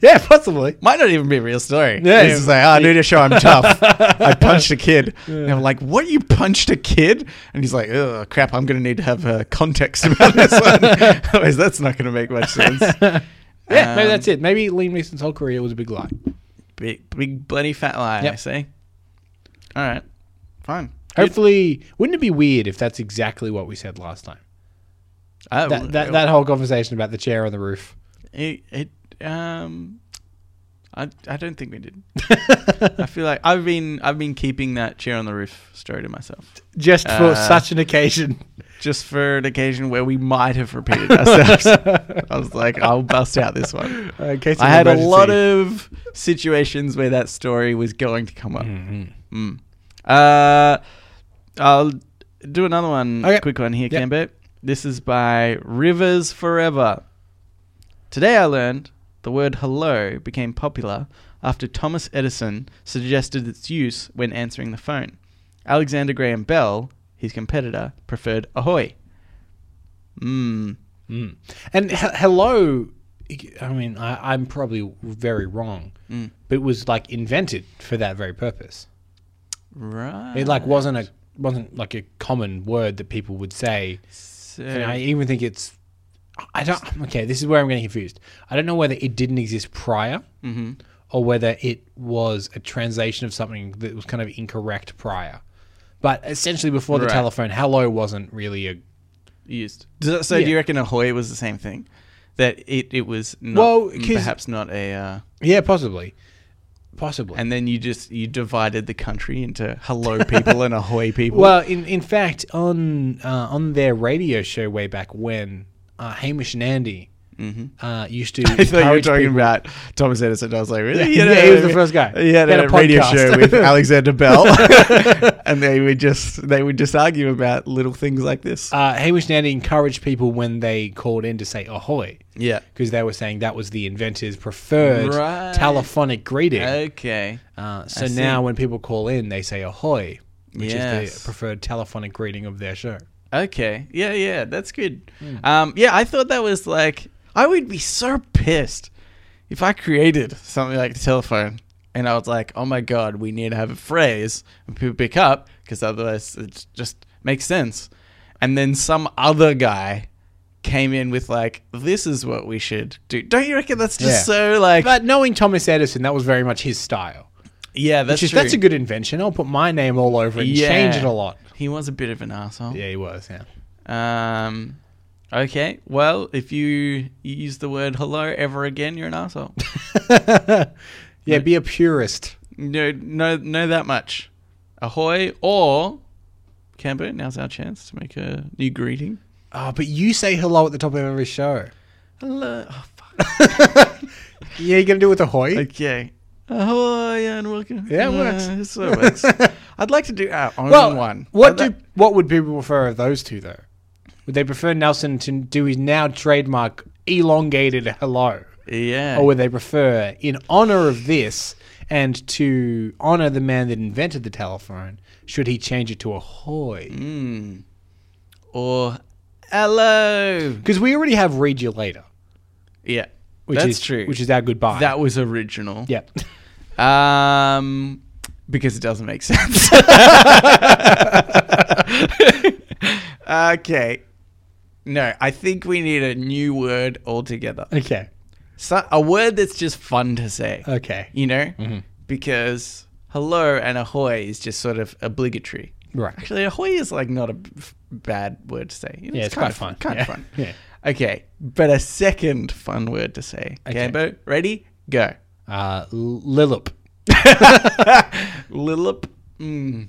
Speaker 2: Yeah, possibly.
Speaker 1: Might not even be a real story.
Speaker 2: Yeah.
Speaker 1: he's just like, "Oh, I need to show I'm tough. I punched a kid." And I'm like, "What? You punched a kid?" And he's like, "Oh crap, I'm gonna need to have uh, context about this one. Otherwise, that's not gonna make much sense."
Speaker 2: Yeah,
Speaker 1: Um,
Speaker 2: maybe that's it. Maybe Liam Neeson's whole career was a big lie.
Speaker 1: Big, big bloody fat lie. I
Speaker 2: Yep.
Speaker 1: say. All right, fine.
Speaker 2: Hopefully, wouldn't it be weird if that's exactly what we said last time?
Speaker 1: I-
Speaker 2: That that, that whole conversation about the chair on the roof.
Speaker 1: It, it um, I, I don't think we did. I feel like I've been I've been keeping that chair on the roof story to myself,
Speaker 2: Just for
Speaker 1: Uh,
Speaker 2: such an occasion.
Speaker 1: just for an occasion where we might have repeated ourselves. I was like, I'll bust out this one.
Speaker 2: Uh, in case of
Speaker 1: I had a lot
Speaker 2: emergency.
Speaker 1: of situations where that story was going to come up.
Speaker 2: Mm-hmm.
Speaker 1: Mm. Uh, I'll do another one,
Speaker 2: Okay.
Speaker 1: quick one here,
Speaker 2: Yep.
Speaker 1: Cambo. This is by Rivers Forever. Today I learned the word hello became popular after Thomas Edison suggested its use when answering the phone. Alexander Graham Bell, his competitor, preferred ahoy. Hmm.
Speaker 2: Mm. And he- hello, I mean, I, I'm probably very wrong,
Speaker 1: Mm.
Speaker 2: but it was like invented for that very purpose.
Speaker 1: Right.
Speaker 2: It like wasn't a wasn't like a common word that people would say.
Speaker 1: So-
Speaker 2: And I even think it's I don't okay, this is where I'm getting confused. I don't know whether it didn't exist prior
Speaker 1: Mm-hmm.
Speaker 2: or whether it was a translation of something that was kind of incorrect prior. But essentially before the
Speaker 1: Right.
Speaker 2: telephone, hello wasn't really a
Speaker 1: used. So, so do
Speaker 2: Yeah.
Speaker 1: you reckon ahoy was the same thing? That it, it was not,
Speaker 2: Well,
Speaker 1: well,
Speaker 2: 'cause-
Speaker 1: perhaps not a. Uh,
Speaker 2: Yeah, possibly. Possibly.
Speaker 1: and then you just you divided the country into hello people and ahoy people.
Speaker 2: Well, in in fact, on uh, on their radio show way back when, uh, Hamish and Andy uh, used to.
Speaker 1: Mm-hmm. I thought you were
Speaker 2: encourage
Speaker 1: talking
Speaker 2: people-
Speaker 1: about Thomas Edison. I was like, really?
Speaker 2: Yeah, he was the first guy.
Speaker 1: He had,
Speaker 2: He had
Speaker 1: a,
Speaker 2: a
Speaker 1: radio
Speaker 2: podcast.
Speaker 1: show with Alexander Bell, and they would just they would just argue about little things like this.
Speaker 2: uh, Hamish and Andy encouraged people when they called in to say ahoy
Speaker 1: yeah.
Speaker 2: because they were saying that was the inventor's preferred
Speaker 1: Right.
Speaker 2: telephonic greeting.
Speaker 1: Okay.
Speaker 2: Uh, so
Speaker 1: I see.
Speaker 2: now when people call in, they say ahoy, which is
Speaker 1: Yes.
Speaker 2: the preferred telephonic greeting of their show.
Speaker 1: Okay. Yeah, yeah, that's good.
Speaker 2: Hmm.
Speaker 1: Um, yeah, I thought that was like I would be so pissed if I created something like the telephone and I was like, "Oh my god, we need to have a phrase and people pick up because otherwise it just makes sense." And then some other guy came in with like, "This is what we should do." Don't you reckon that's just
Speaker 2: Yeah.
Speaker 1: so like?
Speaker 2: But knowing Thomas Edison, that was very much his style.
Speaker 1: yeah, that's
Speaker 2: Which is,
Speaker 1: true.
Speaker 2: that's a good invention. I'll put my name all over it and
Speaker 1: Yeah.
Speaker 2: change it a lot.
Speaker 1: He was a bit of an asshole.
Speaker 2: Yeah, he was. Yeah.
Speaker 1: Um, okay. Well, if you you use the word hello ever again, you're an asshole.
Speaker 2: Yeah, be a purist.
Speaker 1: no, no, know that much. Ahoy or Cambo, now's our chance to make a new greeting.
Speaker 2: Oh, but you say hello at the top of every show.
Speaker 1: Hello. Oh, fuck.
Speaker 2: Yeah, you're gonna do it with a hoy.
Speaker 1: Okay. Ahoy and welcome.
Speaker 2: Yeah, it works.
Speaker 1: Uh, so it works. I'd like to do our own
Speaker 2: Well,
Speaker 1: one.
Speaker 2: what
Speaker 1: I'd
Speaker 2: do what would people prefer of those two though? Would they prefer Nelson to do his now trademark elongated hello,
Speaker 1: li- yeah.
Speaker 2: or would they prefer, in honor of this and to honor the man that invented the telephone, should he change it to ahoy?
Speaker 1: Mm. Or hello.
Speaker 2: Because we already have read you later,
Speaker 1: Yeah.
Speaker 2: which
Speaker 1: that's
Speaker 2: is
Speaker 1: true.
Speaker 2: which is our goodbye.
Speaker 1: that was original.
Speaker 2: yeah.
Speaker 1: Um, because it doesn't make sense. okay. No, I think we need a new word altogether.
Speaker 2: okay.
Speaker 1: So, a word that's just fun to say,
Speaker 2: Okay.
Speaker 1: you know?
Speaker 2: mm-hmm.
Speaker 1: Because hello and ahoy is just sort of obligatory.
Speaker 2: Right.
Speaker 1: Actually, ahoy is like not a b- f- bad word to say. You know,
Speaker 2: Yeah, it's quite fun.
Speaker 1: Kind
Speaker 2: Yeah.
Speaker 1: of fun.
Speaker 2: Yeah.
Speaker 1: Okay, but a second fun word to say.
Speaker 2: Okay.
Speaker 1: Okay, but ready? Go.
Speaker 2: Uh, Lillip.
Speaker 1: Lillip. Mm.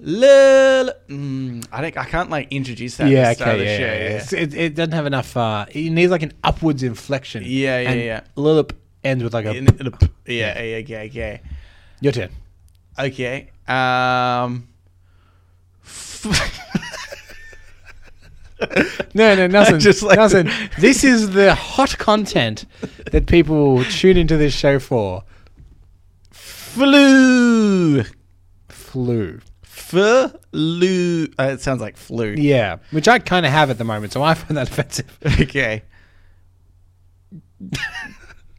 Speaker 1: Lil. Mm. I think I can't like introduce that.
Speaker 2: Yeah,
Speaker 1: at the start
Speaker 2: okay, yeah, yeah, yeah.
Speaker 1: of
Speaker 2: It's- It, it doesn't have enough. Uh, it needs like an upwards inflection.
Speaker 1: Yeah, yeah,
Speaker 2: and
Speaker 1: yeah.
Speaker 2: Lillip ends with like a.
Speaker 1: the show. Yeah, yeah, yeah, yeah, yeah,
Speaker 2: your turn.
Speaker 1: yeah. Okay. Um.
Speaker 2: No, no, Nelson.
Speaker 1: just like
Speaker 2: Nelson. this is the hot content that people tune into this show for.
Speaker 1: flu.
Speaker 2: Flu.
Speaker 1: Flu. Uh, it sounds like flu.
Speaker 2: Yeah, which I kind of have at the moment, so I find that offensive.
Speaker 1: Okay.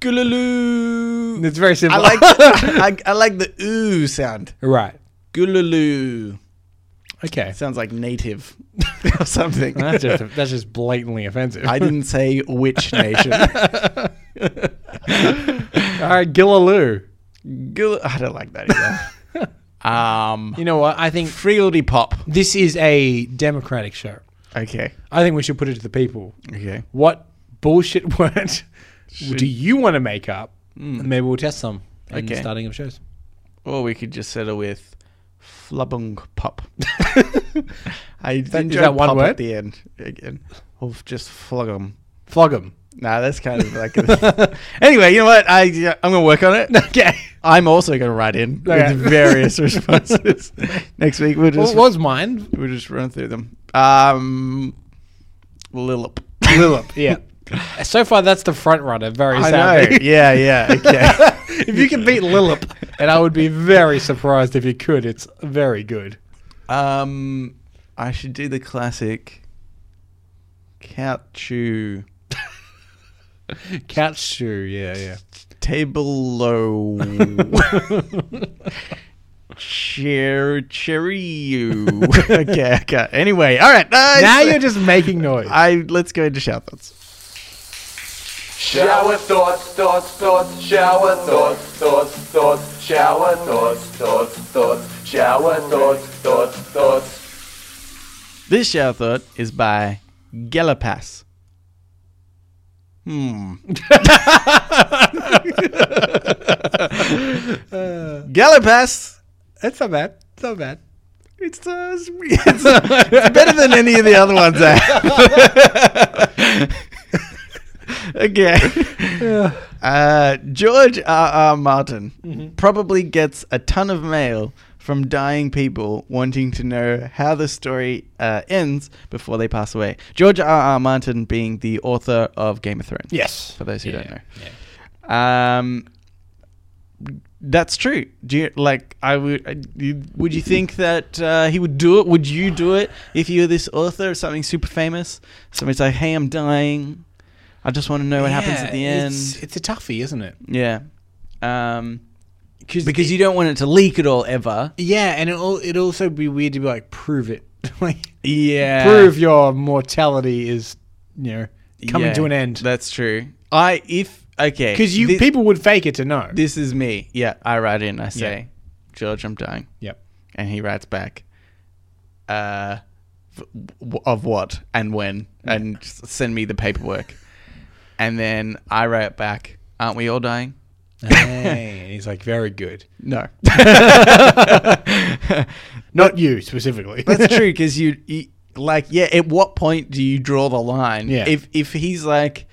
Speaker 1: Gululu.
Speaker 2: It's very
Speaker 1: I
Speaker 2: simple.
Speaker 1: like I, I like the ooh sound.
Speaker 2: right.
Speaker 1: Gululu.
Speaker 2: Okay.
Speaker 1: Sounds like native or something.
Speaker 2: That's just that's just blatantly offensive.
Speaker 1: I didn't say which nation.
Speaker 2: All right, Gillaloo.
Speaker 1: Gul- I don't like that either. Um,
Speaker 2: You know what? I think
Speaker 1: Freeldy pop.
Speaker 2: this is a democratic show.
Speaker 1: Okay.
Speaker 2: I think we should put it to the people.
Speaker 1: Okay.
Speaker 2: What bullshit word do you want to make up? And maybe we'll test some. And
Speaker 1: Hmm. Okay.
Speaker 2: Starting up shows.
Speaker 1: Or we could just settle with flubung pop. I that,
Speaker 2: is that one
Speaker 1: pop
Speaker 2: word?
Speaker 1: at the end again. Or just flugum.
Speaker 2: Flog them.
Speaker 1: Nah, that's kind of like. A anyway, you know what? I yeah, I'm gonna work on it.
Speaker 2: Okay.
Speaker 1: I'm also gonna write in
Speaker 2: Okay.
Speaker 1: with various responses next week. We'll just
Speaker 2: What was mine?
Speaker 1: we'll just run through them. Um, Lillip.
Speaker 2: Lillip. Yeah. So far, that's the front runner. Very
Speaker 1: I know.
Speaker 2: sadly.
Speaker 1: Yeah, yeah. Okay.
Speaker 2: if you can beat Lillip, and I would be very surprised if you could. It's very good.
Speaker 1: um, I should do the classic. Couchu
Speaker 2: Cat shoe. Yeah, yeah.
Speaker 1: table low. Cher cherry you. okay, okay. Anyway, all right. Uh,
Speaker 2: Now
Speaker 1: it's-
Speaker 2: you're just making noise.
Speaker 1: I let's go into shout thoughts.
Speaker 3: Shower thoughts, thoughts, thoughts, shower thoughts, thoughts, thoughts, shower thoughts, thoughts, thoughts, shower thoughts, thoughts, thoughts.
Speaker 1: This shout thought is by Gelapass. Hmm. Gelapass.
Speaker 2: That's not bad. Uh, It's not bad.
Speaker 1: It's, uh, it's, it's better than any of the other ones. I have. okay. Mm-hmm. Uh, George R. R. Martin probably gets a ton of mail from dying people wanting to know how the story uh, ends before they pass away. George R. R. Martin being the author of Game of Thrones.
Speaker 2: Yes.
Speaker 1: For those who don't
Speaker 2: Yeah,
Speaker 1: know.
Speaker 2: yeah.
Speaker 1: Um, that's true. Do you like? I would. I- you- Would you think that uh, he would do it? Would you do it if you were this author of something super famous? Somebody's like, "Hey, I'm dying. I just want to know what happens at the end."
Speaker 2: It's, it's a toughie, isn't it?
Speaker 1: yeah. Um,
Speaker 2: Cause
Speaker 1: because
Speaker 2: it-
Speaker 1: you don't want it to leak at all ever.
Speaker 2: yeah, and it'll it also be weird to be like prove it, like
Speaker 1: Yeah.
Speaker 2: prove your mortality is you know coming
Speaker 1: Yeah,
Speaker 2: to an end.
Speaker 1: That's true. I if okay
Speaker 2: Because you
Speaker 1: thi-
Speaker 2: people would fake it to know.
Speaker 1: This is me. Yeah. I write in. I say, George, I'm dying.
Speaker 2: yep.
Speaker 1: And he writes back, uh, f- w- of what and when, and s- send me the paperwork. and then I write back, aren't we all dying?
Speaker 2: Hey, and he's like very good.
Speaker 1: No.
Speaker 2: Not you specifically.
Speaker 1: That's true, because you, you, like, yeah, at what point do you draw the line?
Speaker 2: Yeah.
Speaker 1: If, if he's like,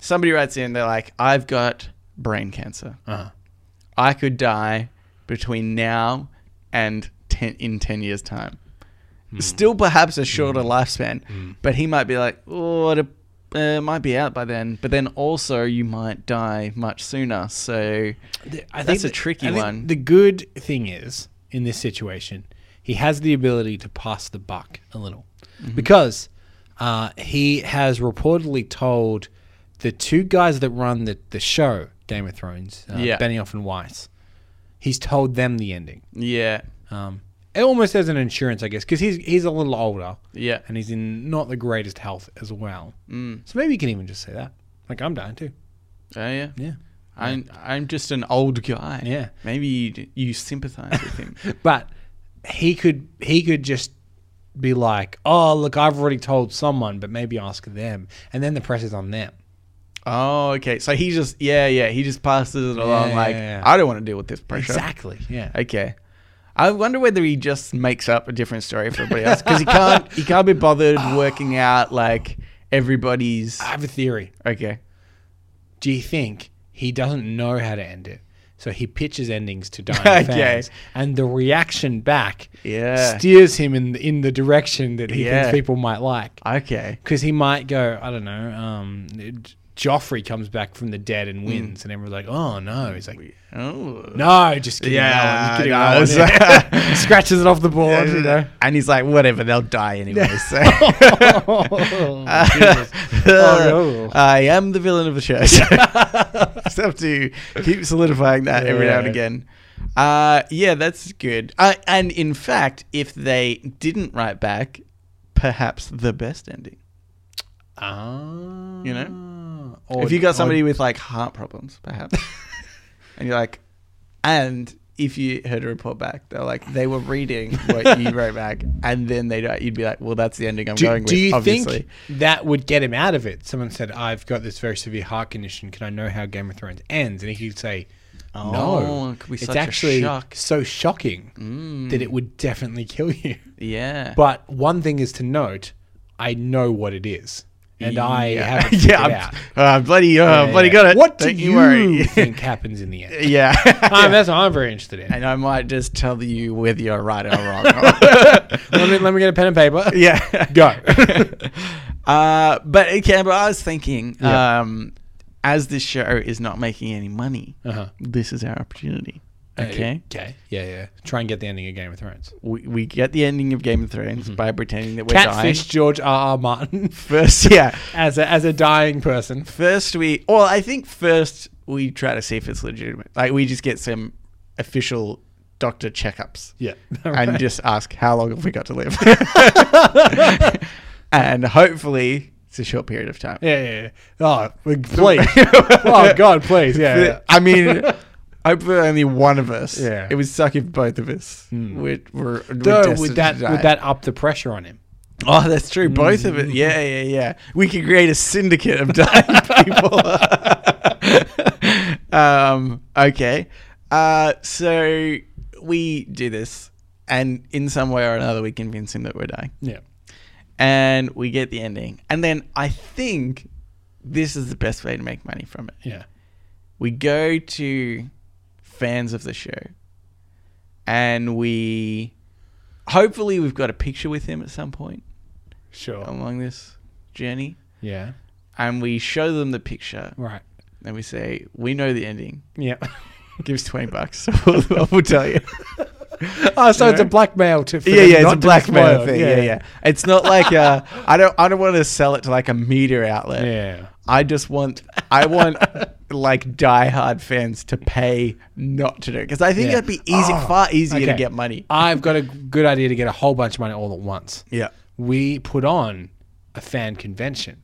Speaker 1: somebody writes in, they're like, I've got brain cancer.
Speaker 2: Uh-huh.
Speaker 1: I could die between now and ten, in 10 years' time.
Speaker 2: Hmm.
Speaker 1: Still perhaps a shorter lifespan, but he might be like, oh, it, uh, it might be out by then. But then also, you might die much sooner. So
Speaker 2: I
Speaker 1: That's
Speaker 2: think
Speaker 1: a tricky
Speaker 2: I think
Speaker 1: one.
Speaker 2: The good thing is in this situation, he has the ability to pass the buck a little
Speaker 1: Mm-hmm.
Speaker 2: because uh, he has reportedly told the two guys that run the, the show Game of Thrones, uh,
Speaker 1: Yeah.
Speaker 2: Benioff and Weiss. He's told them the ending,
Speaker 1: yeah,
Speaker 2: um, it almost as an insurance, I guess, because he's he's a little older
Speaker 1: yeah,
Speaker 2: and he's in not the greatest health as well. Mm. So maybe you can even just say that, like I'm dying too.
Speaker 1: oh yeah.
Speaker 2: Yeah.
Speaker 1: I'm I'm just an old guy.
Speaker 2: Yeah.
Speaker 1: maybe you you sympathize with him.
Speaker 2: But he could he could just be like, "Oh, look, I've already told someone, but maybe ask them." And then the pressure's on them.
Speaker 1: Oh, okay. So he just yeah, yeah. He just passes it along
Speaker 2: yeah,
Speaker 1: like
Speaker 2: yeah.
Speaker 1: I don't want to deal with this pressure.
Speaker 2: Exactly. Yeah.
Speaker 1: Okay. I wonder whether he just makes up a different story for everybody else because he can't he can't be bothered working out like everybody's.
Speaker 2: I have a theory.
Speaker 1: Okay.
Speaker 2: Do you think he doesn't know how to end it? So he pitches endings to
Speaker 1: Okay.
Speaker 2: dying fans, and the reaction back
Speaker 1: Yeah.
Speaker 2: steers him in in the direction that he
Speaker 1: Yeah.
Speaker 2: thinks people might like.
Speaker 1: Okay.
Speaker 2: Because he might go, I don't know. Um, it- Joffrey comes back from the dead
Speaker 1: Hmm.
Speaker 2: and wins, and everyone's like, "Oh no!" He's like,
Speaker 1: Oh.
Speaker 2: No, just kidding.
Speaker 1: Yeah,
Speaker 2: Alan,
Speaker 1: no,
Speaker 2: just kidding. Alan. Yeah. Scratches it off the board, you know.
Speaker 1: And he's like, whatever, they'll die anyway. So.
Speaker 2: oh, Jesus. Oh, no.
Speaker 1: Uh, I am the villain of the show. Just have to keep solidifying that every now and
Speaker 2: Yeah.
Speaker 1: again. Uh, yeah, that's good. Uh, and in fact, if they didn't write back, perhaps the best ending.
Speaker 2: Ah.
Speaker 1: You know?
Speaker 2: Or-
Speaker 1: if you got somebody
Speaker 2: or-
Speaker 1: with like heart problems, perhaps, and you're like, and if you heard a report back, they're like, they were reading what you wrote back, and then they don't, you'd be like, well, that's the ending I'm
Speaker 2: do,
Speaker 1: going
Speaker 2: do
Speaker 1: with,
Speaker 2: you
Speaker 1: obviously.
Speaker 2: think that would get him out of it? Someone said, "I've got this very severe heart condition. Can I know how Game of Thrones ends?" And he could say,
Speaker 1: Oh,
Speaker 2: "No,
Speaker 1: it could be
Speaker 2: it's
Speaker 1: such a
Speaker 2: actually
Speaker 1: shock." Mm.
Speaker 2: so shocking that it would definitely kill you."
Speaker 1: yeah.
Speaker 2: But one thing is to note: I know what it is, and I have it
Speaker 1: yeah,
Speaker 2: figured
Speaker 1: I'm,
Speaker 2: out.
Speaker 1: uh, bloody, uh,
Speaker 2: Yeah,
Speaker 1: bloody
Speaker 2: yeah.
Speaker 1: got it.
Speaker 2: What do
Speaker 1: Don't
Speaker 2: you,
Speaker 1: worry.
Speaker 2: think happens in the end?
Speaker 1: yeah.
Speaker 2: Um, That's what I'm very interested in.
Speaker 1: And I might just tell you whether you're right or wrong.
Speaker 2: let, me, let me get a pen and paper.
Speaker 1: yeah.
Speaker 2: Go.
Speaker 1: Uh, but okay, but I was thinking,
Speaker 2: Yeah.
Speaker 1: um, as this show is not making any money,
Speaker 2: Uh-huh.
Speaker 1: this is our opportunity.
Speaker 2: Okay.
Speaker 1: Okay,
Speaker 2: Okay. Yeah, yeah. Try and get the ending of Game of Thrones.
Speaker 1: we, we get the ending of Game of Thrones by pretending that we're
Speaker 2: Mm-hmm. Catfish
Speaker 1: dying
Speaker 2: George R. R. Martin
Speaker 1: first. Yeah,
Speaker 2: as a as a dying person.
Speaker 1: first we. Well, I think first we try to see if it's legitimate. Like we just get some official doctor checkups.
Speaker 2: Yeah.
Speaker 1: and just ask how long have we got to live and hopefully it's a short period of time
Speaker 2: yeah, yeah, yeah. Oh, please. oh God, please. Yeah. yeah.
Speaker 1: i mean hopefully only one of us
Speaker 2: Yeah.
Speaker 1: it would suck if both of us were, were, were
Speaker 2: Though,
Speaker 1: destined
Speaker 2: would
Speaker 1: to
Speaker 2: that
Speaker 1: die.
Speaker 2: would that up the pressure on him?
Speaker 1: oh that's true both of it yeah yeah yeah we could create a syndicate of dying people um okay uh so we do this and in some way or another we convince him that we're dying
Speaker 2: Yeah.
Speaker 1: and we get the ending. And then I think this is the best way to make money from it.
Speaker 2: Yeah.
Speaker 1: We go to fans of the show and we hopefully we've got a picture with him at some point
Speaker 2: Sure.
Speaker 1: along this journey
Speaker 2: Yeah.
Speaker 1: and we show them the picture
Speaker 2: Right.
Speaker 1: and we say we know the ending
Speaker 2: Yeah.
Speaker 1: give us 20 bucks we'll, we'll tell you
Speaker 2: oh, so
Speaker 1: You
Speaker 2: it's a
Speaker 1: know?
Speaker 2: blackmail tip. for
Speaker 1: yeah,
Speaker 2: them
Speaker 1: yeah,
Speaker 2: not
Speaker 1: it's a
Speaker 2: to be
Speaker 1: blackmail
Speaker 2: spoiled.
Speaker 1: thing. Yeah, yeah. It's not like uh, I don't, I don't want to sell it to like a media outlet.
Speaker 2: Yeah.
Speaker 1: I just want, I want like diehard fans to pay not to do it because I think
Speaker 2: Yeah.
Speaker 1: that'd be easy,
Speaker 2: Oh,
Speaker 1: far easier to
Speaker 2: okay. Uh,
Speaker 1: get money.
Speaker 2: I've got a good idea to get a whole bunch of money all at once.
Speaker 1: Yeah.
Speaker 2: we put on a fan convention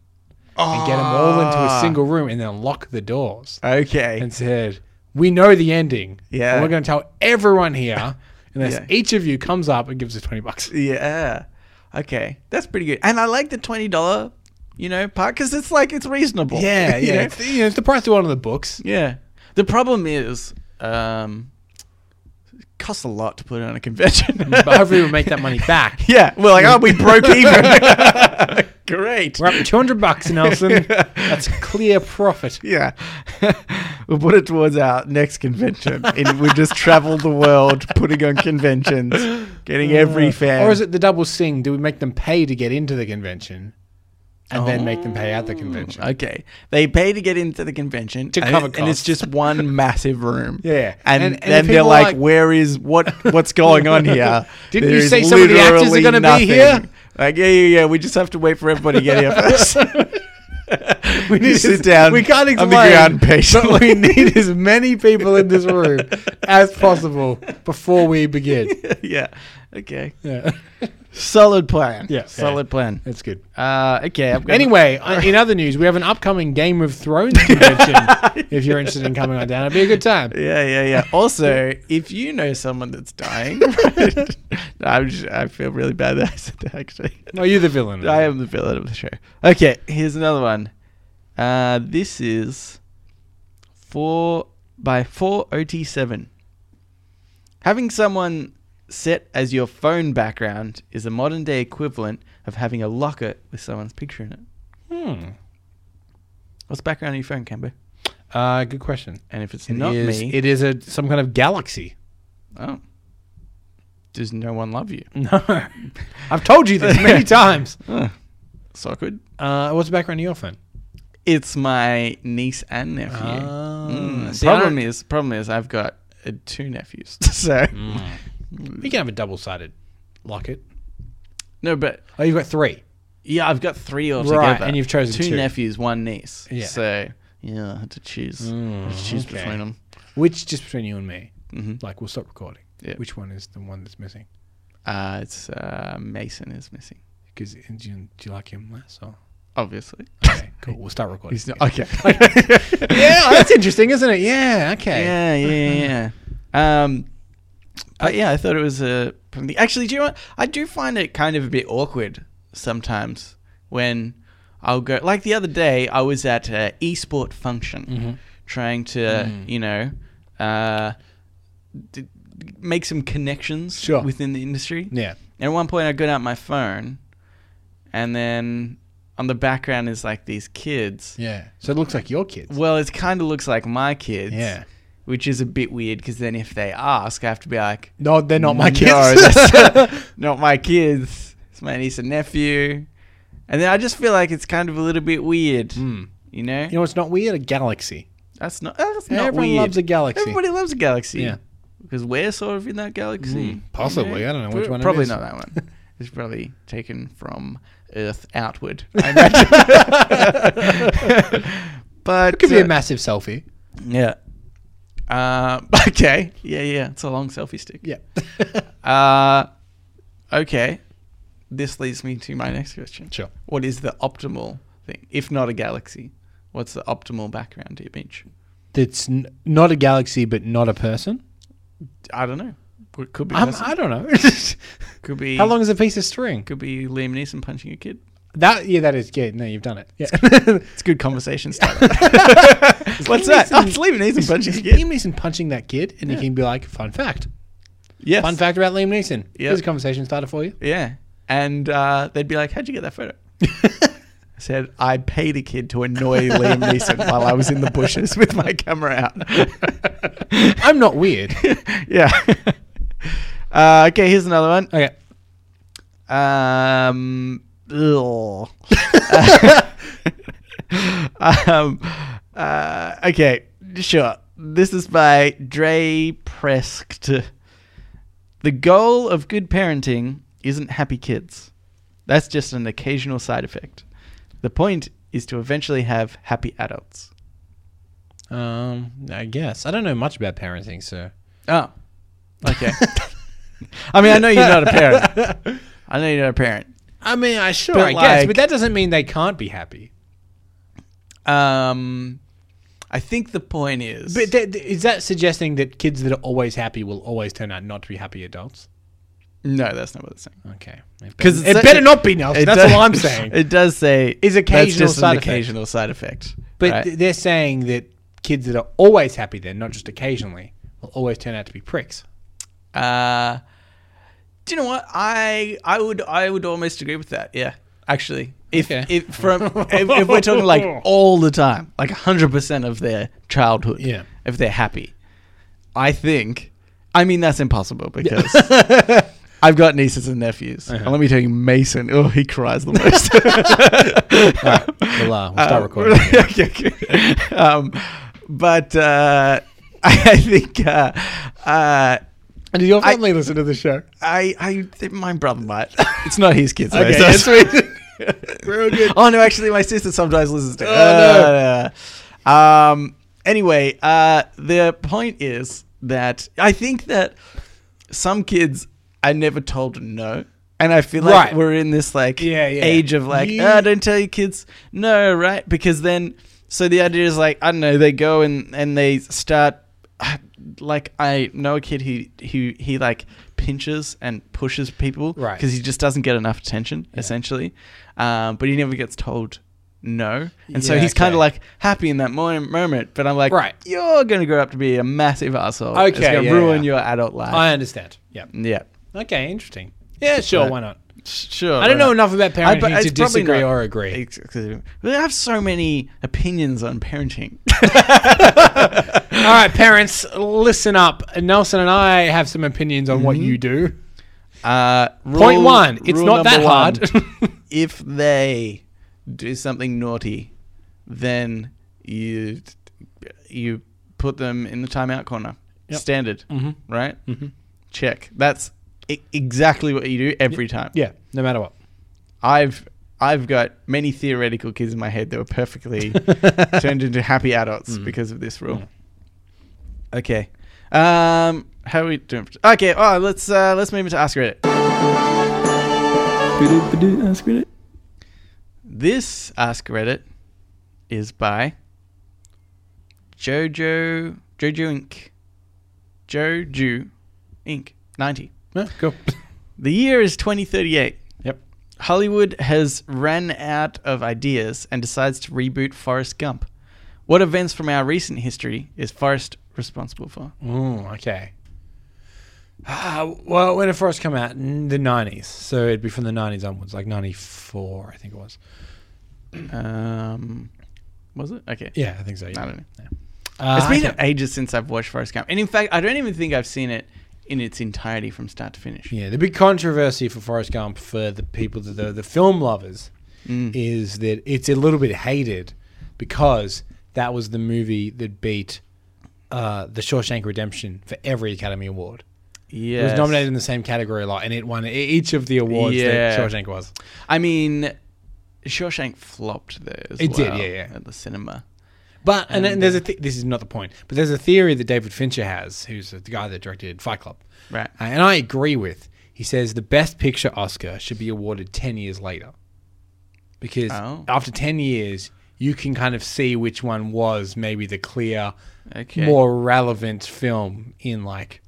Speaker 2: and get them all into
Speaker 1: Ah.
Speaker 2: a single room and then lock the doors
Speaker 1: Okay.
Speaker 2: and said, "We know the ending.
Speaker 1: Yeah.
Speaker 2: and we're going to tell everyone here unless
Speaker 1: Yeah.
Speaker 2: each of you comes up and gives us twenty bucks."
Speaker 1: yeah. Okay. That's pretty good. And I like the twenty dollar, you know, part because it's like it's reasonable.
Speaker 2: Yeah,
Speaker 1: You
Speaker 2: yeah.
Speaker 1: know?
Speaker 2: It's, you know, it's the price of one of the books.
Speaker 1: Yeah. The problem is, um, costs a lot to put on a convention.
Speaker 2: but hopefully we'll make that money back.
Speaker 1: yeah, we're like, oh, we broke even. Great.
Speaker 2: We're up to 200 bucks, Nelson. That's clear profit.
Speaker 1: Yeah. we'll put it towards our next convention. and we just travel the world putting on conventions, getting every fan.
Speaker 2: Or is it the double sing? Do we make them pay to get into the convention and then make them pay at
Speaker 1: Oh,
Speaker 2: the convention?
Speaker 1: Okay. They pay to get into the convention
Speaker 2: To
Speaker 1: and,
Speaker 2: cover
Speaker 1: it- and it's
Speaker 2: costs.
Speaker 1: just one massive room.
Speaker 2: Yeah.
Speaker 1: And,
Speaker 2: And-
Speaker 1: then
Speaker 2: and if
Speaker 1: they're
Speaker 2: people
Speaker 1: like,
Speaker 2: like-
Speaker 1: where is what what's going on here?
Speaker 2: Didn't
Speaker 1: There
Speaker 2: you
Speaker 1: is
Speaker 2: say some of the actors are
Speaker 1: literally
Speaker 2: gonna be
Speaker 1: nothing."
Speaker 2: here?
Speaker 1: Like, yeah, yeah, yeah. We just have to wait for everybody to get here first. we need to sit down
Speaker 2: We can't explain.
Speaker 1: on the ground patiently.
Speaker 2: but we need as many people in this room as possible before we begin.
Speaker 1: yeah. Okay.
Speaker 2: Yeah.
Speaker 1: Solid plan.
Speaker 2: Yeah.
Speaker 1: Solid plan.
Speaker 2: That's good.
Speaker 1: Uh, okay. I've got
Speaker 2: Anyway, uh, in other news, we have an upcoming Game of Thrones convention. if you're interested in coming on down, it'd be a good time.
Speaker 1: Yeah, yeah, yeah. Also, if you know someone that's dying, I'm just, I feel really bad that I said that actually.
Speaker 2: Are you the villain?
Speaker 1: I am the villain of the show. Okay, here's another one. Uh, this is four by four OT seven. Having someone set as your phone background is a modern day equivalent of having a locket with someone's picture in it.
Speaker 2: Hmm.
Speaker 1: What's the background on your phone, Cambo?
Speaker 2: Uh, good question.
Speaker 1: And if it's
Speaker 2: It
Speaker 1: not
Speaker 2: is-
Speaker 1: me,
Speaker 2: It is a some kind of galaxy.
Speaker 1: oh, does no one love you?
Speaker 2: No, I've told you this many times.
Speaker 1: So I could.
Speaker 2: Uh, what's the background of your phone?
Speaker 1: It's my niece and nephew.
Speaker 2: Ah.
Speaker 1: Mm.
Speaker 2: See, I
Speaker 1: problem
Speaker 2: don't-
Speaker 1: is, problem is, I've got uh, two nephews. so
Speaker 2: Mm. You can have a double-sided locket.
Speaker 1: no, but
Speaker 2: Oh, you've got three.
Speaker 1: yeah, I've got three altogether.
Speaker 2: and you've chosen
Speaker 1: two,
Speaker 2: two.
Speaker 1: nephews, one niece.
Speaker 2: Yeah. Mm,
Speaker 1: So yeah, I had to choose. I had to choose
Speaker 2: okay.
Speaker 1: between them.
Speaker 2: Which just between you and me.
Speaker 1: Mhm.
Speaker 2: Like we'll stop recording.
Speaker 1: Yeah.
Speaker 2: Which one is the one that's missing?
Speaker 1: Uh, it's uh, Mason is missing,
Speaker 2: Because do you, do you like him less? Or?
Speaker 1: obviously.
Speaker 2: Okay, cool. We'll start recording.
Speaker 1: He's not okay.
Speaker 2: yeah, oh, that's interesting, isn't it? Yeah. Okay.
Speaker 1: yeah, yeah, yeah. Um, but yeah, I thought it was a. from the- Actually, do you know what? I do find it kind of a bit awkward sometimes when I'll go. Like the other day, I was at a esport function,
Speaker 2: Mm-hmm.
Speaker 1: trying to,
Speaker 2: Mm.
Speaker 1: you know, uh, d- make some connections
Speaker 2: Sure.
Speaker 1: within the industry.
Speaker 2: Yeah.
Speaker 1: And at one point, I got out my phone, and then on the background is like these kids.
Speaker 2: Yeah. So it looks like your kids.
Speaker 1: Well, it kind of looks like my kids.
Speaker 2: Yeah.
Speaker 1: Which is a bit weird because then if they ask, I have to be like,
Speaker 2: No, they're not my
Speaker 1: "No,
Speaker 2: kids.
Speaker 1: that's not my kids. It's my niece and nephew. And then I just feel like it's kind of a little bit weird.
Speaker 2: Mm. Hmm.
Speaker 1: You know?
Speaker 2: you know what's not weird? A galaxy.
Speaker 1: That's not, that's not
Speaker 2: Everyone
Speaker 1: weird.
Speaker 2: loves a galaxy.
Speaker 1: Everybody loves a galaxy.
Speaker 2: Yeah. Mm,
Speaker 1: Because we're sort of in that
Speaker 2: Hmm.
Speaker 1: galaxy. you
Speaker 2: possibly. I don't know which
Speaker 1: Pro-
Speaker 2: one it
Speaker 1: Probably
Speaker 2: is.
Speaker 1: not that one. It's probably taken from Earth outward. but
Speaker 2: Could be
Speaker 1: uh,
Speaker 2: a massive selfie.
Speaker 1: Yeah. Uh, okay. Yeah, yeah. It's a long selfie stick.
Speaker 2: Yeah.
Speaker 1: Uh, okay. This leads me to my next question.
Speaker 2: Sure.
Speaker 1: What is the optimal thing, if not a galaxy? What's the optimal background image?
Speaker 2: That's n- not a galaxy, but not a person.
Speaker 1: I don't know. It could be.
Speaker 2: Um,
Speaker 1: person.
Speaker 2: I don't know.
Speaker 1: could be.
Speaker 2: How long is a piece of string?
Speaker 1: Could be Liam Neeson punching a kid.
Speaker 2: That yeah, that is good. No, you've done it. Yeah.
Speaker 1: It's good conversation starter. What's that?
Speaker 2: Liam
Speaker 1: Oh, it's Liam Neeson punching a
Speaker 2: Liam
Speaker 1: kid.
Speaker 2: Neeson punching that kid, and you can be like, "Fun fact.
Speaker 1: Yes.
Speaker 2: Fun fact about Liam Neeson.
Speaker 1: Yeah.
Speaker 2: Here's a conversation starter for you.
Speaker 1: Yeah. And uh, they'd be like, How'd you get that photo? I said, I paid a kid to annoy Liam Neeson while I was in the bushes with my camera out.
Speaker 2: I'm not weird.
Speaker 1: yeah. Uh, okay, here's another one.
Speaker 2: Okay.
Speaker 1: Um, ugh. um, uh, okay, sure. This is by Dre Preskt. The goal of good parenting isn't happy kids. That's just an occasional side effect. The point is to eventually have happy adults.
Speaker 2: Um, I guess I don't know much about parenting, so
Speaker 1: Oh, okay. I mean, I know you're not a parent. I know you're not a parent.
Speaker 2: I mean, I sure,
Speaker 1: But
Speaker 2: I guess,
Speaker 1: like-
Speaker 2: but that doesn't mean they can't be happy.
Speaker 1: Um, I think the point is,
Speaker 2: But th- th- is that suggesting that kids that are always happy will always turn out not to be happy adults?
Speaker 1: no, that's not what it's saying.
Speaker 2: Okay,
Speaker 1: 'Cause
Speaker 2: because it,
Speaker 1: it's a-
Speaker 2: better not be Nelson.
Speaker 1: It
Speaker 2: That's
Speaker 1: does-
Speaker 2: all I'm saying.
Speaker 1: It does say
Speaker 2: Is
Speaker 1: that's
Speaker 2: occasional
Speaker 1: just
Speaker 2: side
Speaker 1: an
Speaker 2: effect.
Speaker 1: occasional side effect.
Speaker 2: but
Speaker 1: right?
Speaker 2: th- they're saying that kids that are always happy, then not just occasionally, will always turn out to be pricks.
Speaker 1: Uh, do you know what? I I would I would almost agree with that. Yeah, actually, if
Speaker 2: Okay.
Speaker 1: if from if, if we're talking like all the time, like hundred percent of their childhood,
Speaker 2: Yeah.
Speaker 1: if they're happy, I think. I mean, that's impossible because I've got nieces and nephews,
Speaker 2: Uh-huh.
Speaker 1: and let me tell you, Mason. Oh, he cries the most.
Speaker 2: We'll, uh, we'll start
Speaker 1: Uh,
Speaker 2: recording.
Speaker 1: okay, okay. Um, but uh, I think uh, uh,
Speaker 2: And did your
Speaker 1: I-
Speaker 2: family listen to the show?
Speaker 1: I, I think my brother might. It's not his kids. Though,
Speaker 2: Okay,
Speaker 1: so
Speaker 2: that's
Speaker 1: sweet.
Speaker 2: Real good.
Speaker 1: oh no, actually, my sister sometimes listens to. it.
Speaker 2: Oh,
Speaker 1: Uh, um. Anyway, uh, the point is that I think that some kids are never told no. And I feel like
Speaker 2: Right.
Speaker 1: we're in this like
Speaker 2: Yeah, yeah.
Speaker 1: age of like,
Speaker 2: You-
Speaker 1: "Ah, don't tell your kids no, right? Because then, so the idea is like, I don't know, they go and and they start, like, I know a kid who who he like pinches and pushes people,
Speaker 2: Right.
Speaker 1: Because he just doesn't get enough attention, essentially. Um, but he never gets told no, and so
Speaker 2: Yeah,
Speaker 1: he's kind
Speaker 2: okay.
Speaker 1: of like happy in that mo- moment. But I'm like,
Speaker 2: Right.
Speaker 1: you're gonna grow up to be a massive asshole. it's
Speaker 2: Okay,
Speaker 1: gonna
Speaker 2: yeah,
Speaker 1: ruin
Speaker 2: yeah.
Speaker 1: your adult life.
Speaker 2: I understand. Yeah.
Speaker 1: yeah,
Speaker 2: Okay, interesting. Yeah, sure,
Speaker 1: Right.
Speaker 2: why not?
Speaker 1: sure.
Speaker 2: I don't know enough about
Speaker 1: I- but
Speaker 2: parenting to
Speaker 1: it's probably
Speaker 2: disagree
Speaker 1: not-
Speaker 2: or agree.
Speaker 1: Exactly. We have so many opinions on parenting.
Speaker 2: All right, parents, listen up. Nelson and I have some opinions on what
Speaker 1: Mm-hmm.
Speaker 2: you do.
Speaker 1: Uh, rule,
Speaker 2: Point one, it's
Speaker 1: rule
Speaker 2: not that
Speaker 1: number one,
Speaker 2: hard.
Speaker 1: if they do something naughty, then you you put them in the timeout corner. Standard,
Speaker 2: Mm-hmm.
Speaker 1: right? Check. That's e- exactly what you do every time.
Speaker 2: yeah, no matter what.
Speaker 1: I've I've got many theoretical kids in my head that were perfectly turned into happy adults because of this rule. Okay. Um, how are we doing? Okay. Oh, let's uh, let's move into Ask Reddit. Ask Reddit. This Ask Reddit is by Jojo Jojo Inc. Jojo Inc. Ninety.
Speaker 2: Yeah, cool.
Speaker 1: The year is twenty thirty eight.
Speaker 2: yep.
Speaker 1: Hollywood has ran out of ideas and decides to reboot Forrest Gump. What events from our recent history is Forrest responsible for?
Speaker 2: Ooh, okay. Ah, well, when it first came out in the 90s, so it'd be from the 90s onwards, like 94, I think it was.
Speaker 1: Um, was it? Okay.
Speaker 2: Mm. Yeah, I think so. Yeah.
Speaker 1: I don't know.
Speaker 2: Uh,
Speaker 1: It's been
Speaker 2: okay.
Speaker 1: ages since I've watched Forrest Gump. And in fact, I don't even think I've seen it in its entirety from start to finish.
Speaker 2: Yeah, the big controversy for Forrest Gump for the people that the, the film lovers is that it's a little bit hated because that was the movie that beat uh, The Shawshank Redemption for every Academy Award.
Speaker 1: Yeah.
Speaker 2: It was nominated in the same category a lot, and it won e- each of the awards
Speaker 1: Yeah.
Speaker 2: that Shawshank was.
Speaker 1: I mean, Shawshank flopped there as
Speaker 2: It did,
Speaker 1: well
Speaker 2: yeah, yeah.
Speaker 1: At the cinema.
Speaker 2: But and, then there's a th- this is not the point, but there's a theory that David Fincher has, who's the guy that directed Fight Club,
Speaker 1: Right.
Speaker 2: Uh, and I agree with. He says the Best Picture Oscar should be awarded ten years later, because
Speaker 1: Oh.
Speaker 2: after ten years you can kind of see which one was maybe the clear,
Speaker 1: Okay.
Speaker 2: Uh, more relevant film in like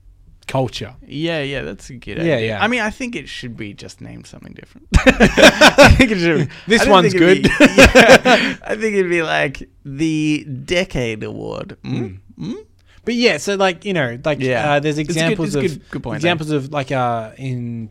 Speaker 2: culture.
Speaker 1: Yeah, yeah, that's a good
Speaker 2: Yeah,
Speaker 1: idea.
Speaker 2: yeah.
Speaker 1: I mean, I think it should be just named something different. I think it should. Be,
Speaker 2: This
Speaker 1: I don't
Speaker 2: one's
Speaker 1: think it'd be-
Speaker 2: good.
Speaker 1: yeah, I think it'd be like the Decade Award. Mm? Mm?
Speaker 2: But yeah, so like you know, like
Speaker 1: Yeah.
Speaker 2: uh, there's
Speaker 1: It's a good-
Speaker 2: examples
Speaker 1: it's a
Speaker 2: of
Speaker 1: good- good point,
Speaker 2: examples of like uh, in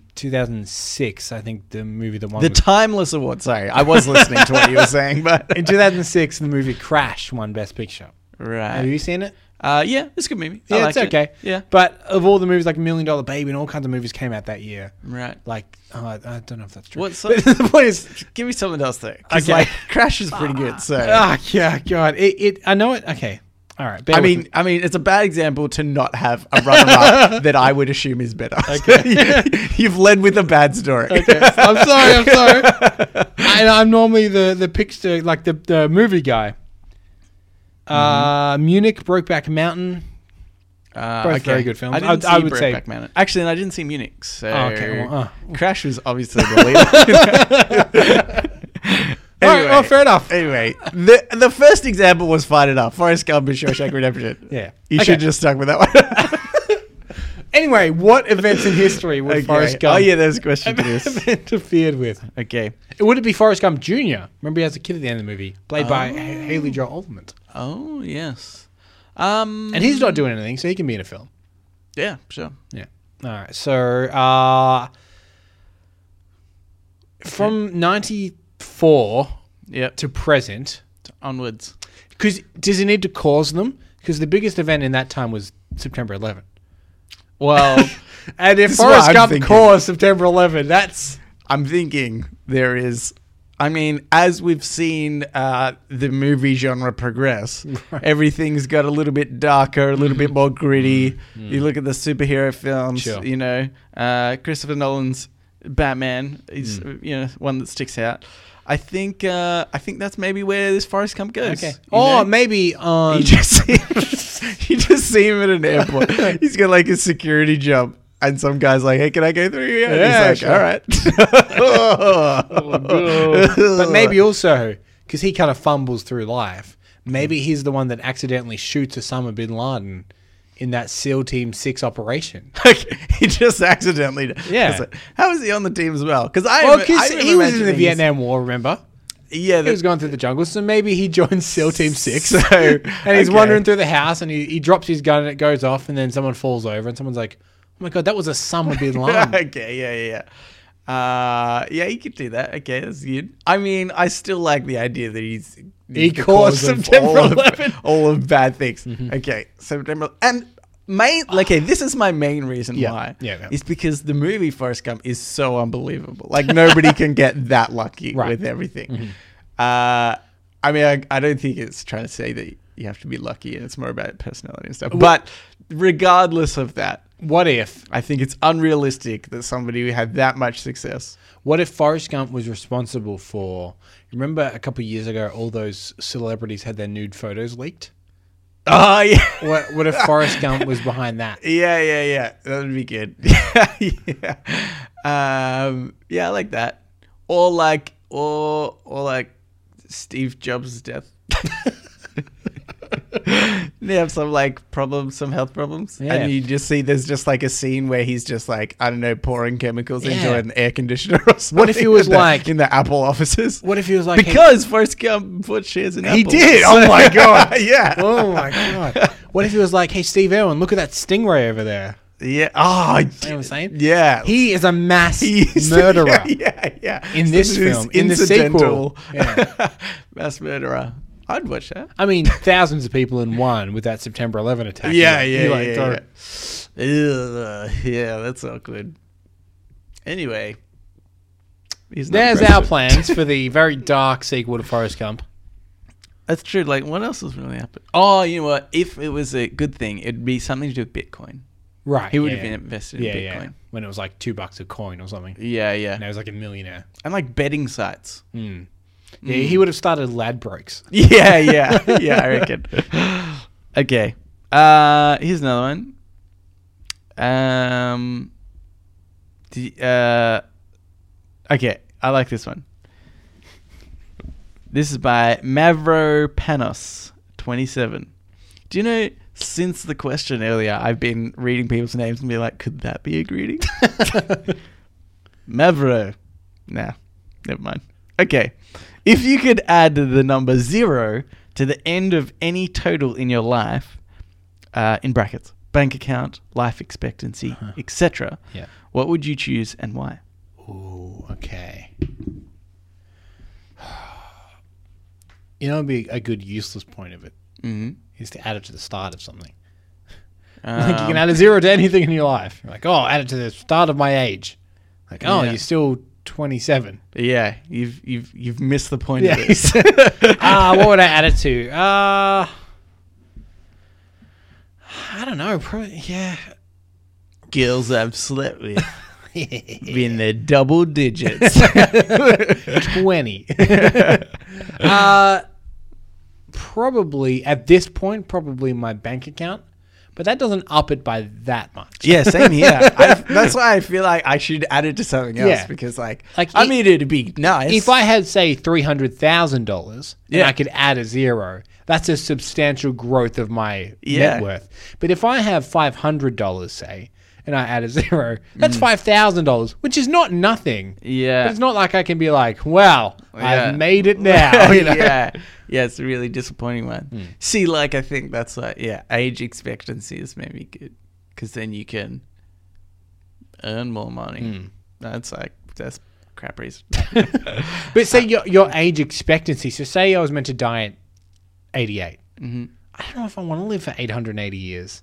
Speaker 2: 2006, I think the movie the one
Speaker 1: The
Speaker 2: was-
Speaker 1: Timeless Award. Sorry, I was listening to what you were saying, but
Speaker 2: in 2006, the movie Crash won Best Picture. Have
Speaker 1: right.
Speaker 2: you seen it?
Speaker 1: Uh, yeah, it's a good movie. I
Speaker 2: Yeah, it's
Speaker 1: liked it.
Speaker 2: okay.
Speaker 1: Yeah,
Speaker 2: But of all the movies, like Million Dollar Baby and all kinds of movies came out that year.
Speaker 1: right.
Speaker 2: Like, oh, I, I don't know if that's true.
Speaker 1: What's
Speaker 2: But the point is,
Speaker 1: Give me something else though, because
Speaker 2: Okay.
Speaker 1: like Crash is pretty good. So
Speaker 2: ah, yeah, God, it, it. I know it. Okay, all right. bear
Speaker 1: I
Speaker 2: with
Speaker 1: mean,
Speaker 2: me.
Speaker 1: I mean, it's a bad example to not have a runner-up that I would assume is better. You've led with a bad story.
Speaker 2: I'm sorry, I'm sorry. and I'm normally the the picture, like the the movie guy. Uh, Munich, Brokeback Mountain.
Speaker 1: Uh,
Speaker 2: Both very good films.
Speaker 1: I,
Speaker 2: I-
Speaker 1: didn't
Speaker 2: I
Speaker 1: see
Speaker 2: would say-
Speaker 1: Brokeback Mountain. Actually, and I didn't see Munich. So
Speaker 2: Oh, okay, well, uh.
Speaker 1: Crash was obviously the leader.
Speaker 2: All right, well, fair enough.
Speaker 1: Anyway, the the first example was fine enough. Forrest Gump and Shawshank Redemption.
Speaker 2: Yeah.
Speaker 1: you
Speaker 2: Okay.
Speaker 1: should have just stuck with that one.
Speaker 2: Anyway, what events in history would
Speaker 1: Okay.
Speaker 2: Forrest Gump
Speaker 1: Oh yeah, there's a question to this.
Speaker 2: have interfered with?
Speaker 1: Okay.
Speaker 2: Would it be Forrest Gump Jr.? Remember he has a kid at the end of the movie, played by H- Haley Joel Olment.
Speaker 1: Oh yes. Um.
Speaker 2: And he's not doing anything, so he can be in a film.
Speaker 1: Yeah. Sure.
Speaker 2: Yeah. All right. So, uh, from 94
Speaker 1: Yep.
Speaker 2: to present,
Speaker 1: Onwards.
Speaker 2: because does it need to cause them? Because the biggest event in that time was September 11.
Speaker 1: Well,
Speaker 2: And if
Speaker 1: This is what
Speaker 2: Forrest
Speaker 1: I'm
Speaker 2: Gump
Speaker 1: thinking.
Speaker 2: caused September 11, that's.
Speaker 1: I'm thinking there is. I mean, as we've seen uh, the movie genre progress, everything's got a little bit darker, a little bit more gritty. You look at the superhero films,
Speaker 2: Mm-hmm. Sure.
Speaker 1: you know, uh, Christopher Nolan's Batman is
Speaker 2: Mm.
Speaker 1: you know one that sticks out. I think uh, I think that's maybe where this Forrest Gump goes. you
Speaker 2: Or
Speaker 1: know?
Speaker 2: maybe
Speaker 1: You
Speaker 2: on.
Speaker 1: just see him, you just see him at an airport. He's got like a security jump, and some guy's like, "Hey, can I go through here?" And
Speaker 2: Yeah,
Speaker 1: he's
Speaker 2: sure.
Speaker 1: like, "All right."
Speaker 2: but maybe also, because he kind of fumbles through life, maybe he's the one that accidentally shoots Osama bin Laden in that SEAL Team 6 operation.
Speaker 1: Like, he just accidentally.
Speaker 2: Yeah.
Speaker 1: Like, How is he on the team as well? Because I,
Speaker 2: Well,
Speaker 1: I
Speaker 2: Oh, 'cause
Speaker 1: remember
Speaker 2: he was in the
Speaker 1: imagining he's-
Speaker 2: Vietnam War, remember?
Speaker 1: Yeah,
Speaker 2: He was
Speaker 1: the,
Speaker 2: going through the jungle, so maybe he joined SEAL Team Six,
Speaker 1: So,
Speaker 2: and
Speaker 1: okay.
Speaker 2: he's wandering through the house, and he, he drops his gun, and it goes off, and then someone falls over, and someone's like, "Oh my god, that was a summer bin Laden."
Speaker 1: okay, yeah, yeah, yeah. Uh, yeah, he could do that. Okay, that's good. I mean, I still like the idea that he's
Speaker 2: He
Speaker 1: the
Speaker 2: caused
Speaker 1: cause of
Speaker 2: September
Speaker 1: all of-
Speaker 2: 11.
Speaker 1: all of bad things.
Speaker 2: Mm-hmm.
Speaker 1: Okay, September and main. Okay, this is my main reason
Speaker 2: Yeah,
Speaker 1: why.
Speaker 2: yeah, yeah.
Speaker 1: is because the movie Forrest Gump is so unbelievable. Like nobody can get that lucky
Speaker 2: Right. Mm-hmm.
Speaker 1: with everything. Uh, I mean, I, I don't think it's trying to say that you have to be lucky, and it's more about personality and stuff. But regardless of that.
Speaker 2: what if?
Speaker 1: I think it's unrealistic that somebody who had that much success.
Speaker 2: What if Forrest Gump was responsible for? Remember a couple years ago, all those celebrities had their nude photos leaked.
Speaker 1: Oh yeah,
Speaker 2: What, what if Forrest Gump was behind that?
Speaker 1: yeah, yeah, yeah. That would be good. yeah, um, yeah, I like that. Or like, or or like Steve Jobs' death. they have some like problems, some health problems,
Speaker 2: Yeah.
Speaker 1: and you just see there's just like a scene where he's just like I don't know pouring chemicals into
Speaker 2: Yeah.
Speaker 1: an air conditioner or something.
Speaker 2: What if he
Speaker 1: in
Speaker 2: was
Speaker 1: the-
Speaker 2: like-
Speaker 1: in the Apple offices?
Speaker 2: What if he was like, "Hey,
Speaker 1: because Forrest Gump bought shares in Apple.
Speaker 2: He did. Oh my god.
Speaker 1: yeah.
Speaker 2: Oh my god. What if he was like, "Hey, Steve Irwin, look at that stingray over there."
Speaker 1: Yeah. Oh, I
Speaker 2: You know what I'm saying?
Speaker 1: Yeah.
Speaker 2: He is a mass
Speaker 1: He's-
Speaker 2: murderer.
Speaker 1: Yeah, yeah.
Speaker 2: In this film, in the
Speaker 1: incidental
Speaker 2: sequel. Yeah.
Speaker 1: mass murderer. I'd watch that.
Speaker 2: I mean, thousands of people in one with that September 11 attack.
Speaker 1: Yeah,
Speaker 2: You
Speaker 1: yeah,
Speaker 2: like
Speaker 1: yeah,
Speaker 2: throw-
Speaker 1: yeah. Ugh, yeah, that's awkward. Anyway, he's not
Speaker 2: There's
Speaker 1: impressive.
Speaker 2: our plans for the very dark sequel to Forrest Gump.
Speaker 1: That's true. Like, what else has really happened? Oh, you know what? If it was a good thing, it'd be something to do with Bitcoin.
Speaker 2: Right.
Speaker 1: He would have
Speaker 2: yeah.
Speaker 1: been invested in
Speaker 2: Yeah, yeah.
Speaker 1: Bitcoin.
Speaker 2: When it was like two bucks a coin or something.
Speaker 1: Yeah, yeah.
Speaker 2: And he was like a millionaire. Hmm.
Speaker 1: And like betting sites.
Speaker 2: Yeah, he would have started Ladbrokes.
Speaker 1: Yeah, yeah, yeah. I reckon. okay. Uh, here's another one. Um. The, uh, okay, I like this one. This is by Mavropanos twenty seven. Do you know? Since the question earlier, I've been reading people's names and be like, could that be a greeting? Mavro. Nah, never mind. Okay. If you could add the number zero to the end of any total in your life, uh, in brackets, bank account, life expectancy, etc.,
Speaker 2: Uh-huh. Yeah.
Speaker 1: what would you choose and why?
Speaker 2: Ooh, okay. You know, it'd be a good useless point of it
Speaker 1: Mm-hmm.
Speaker 2: is to add it to the start of something. like
Speaker 1: Um,
Speaker 2: you can add a zero to anything in your life. You're like, oh, add it to the start of my age. Like, oh,
Speaker 1: Yeah.
Speaker 2: you're still 27.
Speaker 1: yeah, you've you've you've missed the point
Speaker 2: Yeah.
Speaker 1: of this.
Speaker 2: Ah, what would I add it to? Uh, I don't know. Probably, yeah.
Speaker 1: Girls I've slept with in the double digits.
Speaker 2: 20. uh, probably, at this point, probably my bank account. But that doesn't up it by that much.
Speaker 1: Yeah, same here. I, that's why I feel like I should add it to something else
Speaker 2: Yeah.
Speaker 1: because, like,
Speaker 2: Like,
Speaker 1: I
Speaker 2: i-
Speaker 1: mean, it'd be nice.
Speaker 2: If I had, say, $300,000 and
Speaker 1: Yeah.
Speaker 2: I could add a zero, that's a substantial growth of my
Speaker 1: Yeah.
Speaker 2: net worth. But if I have $500, say, and I add a zero, that's $5,000, which is not nothing.
Speaker 1: Mm. Yeah.
Speaker 2: But it's not like I can be like, wow,
Speaker 1: Yeah.
Speaker 2: I've made it now. You know?
Speaker 1: yeah, yeah, it's a really disappointing one. See, like, I think that's like, yeah, age expectancy is maybe good because then you can earn more money. That's like that's crap reason.
Speaker 2: But say your your age expectancy. So say I was meant to die at 88.
Speaker 1: Mm-hmm.
Speaker 2: I don't know if I want to live for 880 years.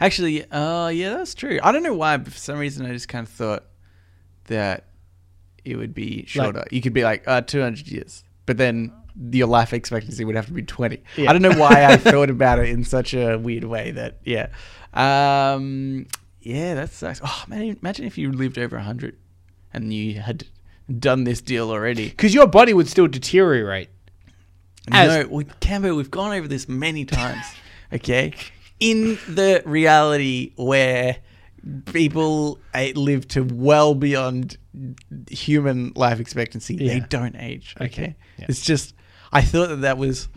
Speaker 1: Actually, uh, yeah, that's true. I don't know why, but for some reason, I just kind of thought that it would be shorter. you could be like uh, 200 years, but then your life expectancy would have to be 20. I don't know why I thought about it in such a weird way that, yeah. Um, yeah, that sucks. Oh, man, imagine if you lived over 100 and you had done this deal already.
Speaker 2: Because your body would still deteriorate.
Speaker 1: no,
Speaker 2: As-
Speaker 1: we, Cambo, we've gone over this many times. Okay, in the reality where people eh, live to well beyond human life expectancy, they
Speaker 2: Yeah.
Speaker 1: don't age. Okay,
Speaker 2: Okay, yeah.
Speaker 1: it's just I thought that that was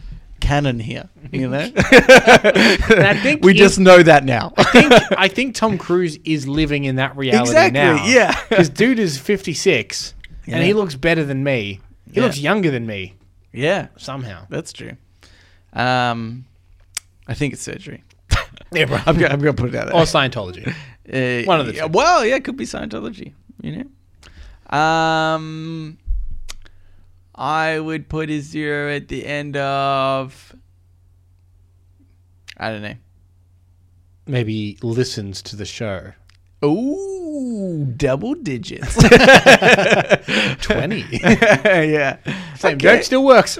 Speaker 1: canon here. You know,
Speaker 2: I think
Speaker 1: we
Speaker 2: in-
Speaker 1: just know that now.
Speaker 2: think, I think Tom Cruise is living in that reality
Speaker 1: Exactly,
Speaker 2: now.
Speaker 1: yeah.
Speaker 2: Because dude is 56 and
Speaker 1: Yeah.
Speaker 2: he looks better than me. He
Speaker 1: Yeah.
Speaker 2: looks younger than me
Speaker 1: yeah,
Speaker 2: somehow.
Speaker 1: that's true. Um, I think it's surgery.
Speaker 2: Yeah, bro.
Speaker 1: I'm gonna, I'm gonna put it out there.
Speaker 2: or Scientology.
Speaker 1: Uh,
Speaker 2: One of the
Speaker 1: yeah,
Speaker 2: two.
Speaker 1: Well, yeah, it could be Scientology. You know, um, I would put a zero at the end of. I don't know.
Speaker 2: Maybe listens to the show.
Speaker 1: Ooh, double digits.
Speaker 2: 20.
Speaker 1: yeah,
Speaker 2: Same
Speaker 1: Okay.
Speaker 2: joke still works.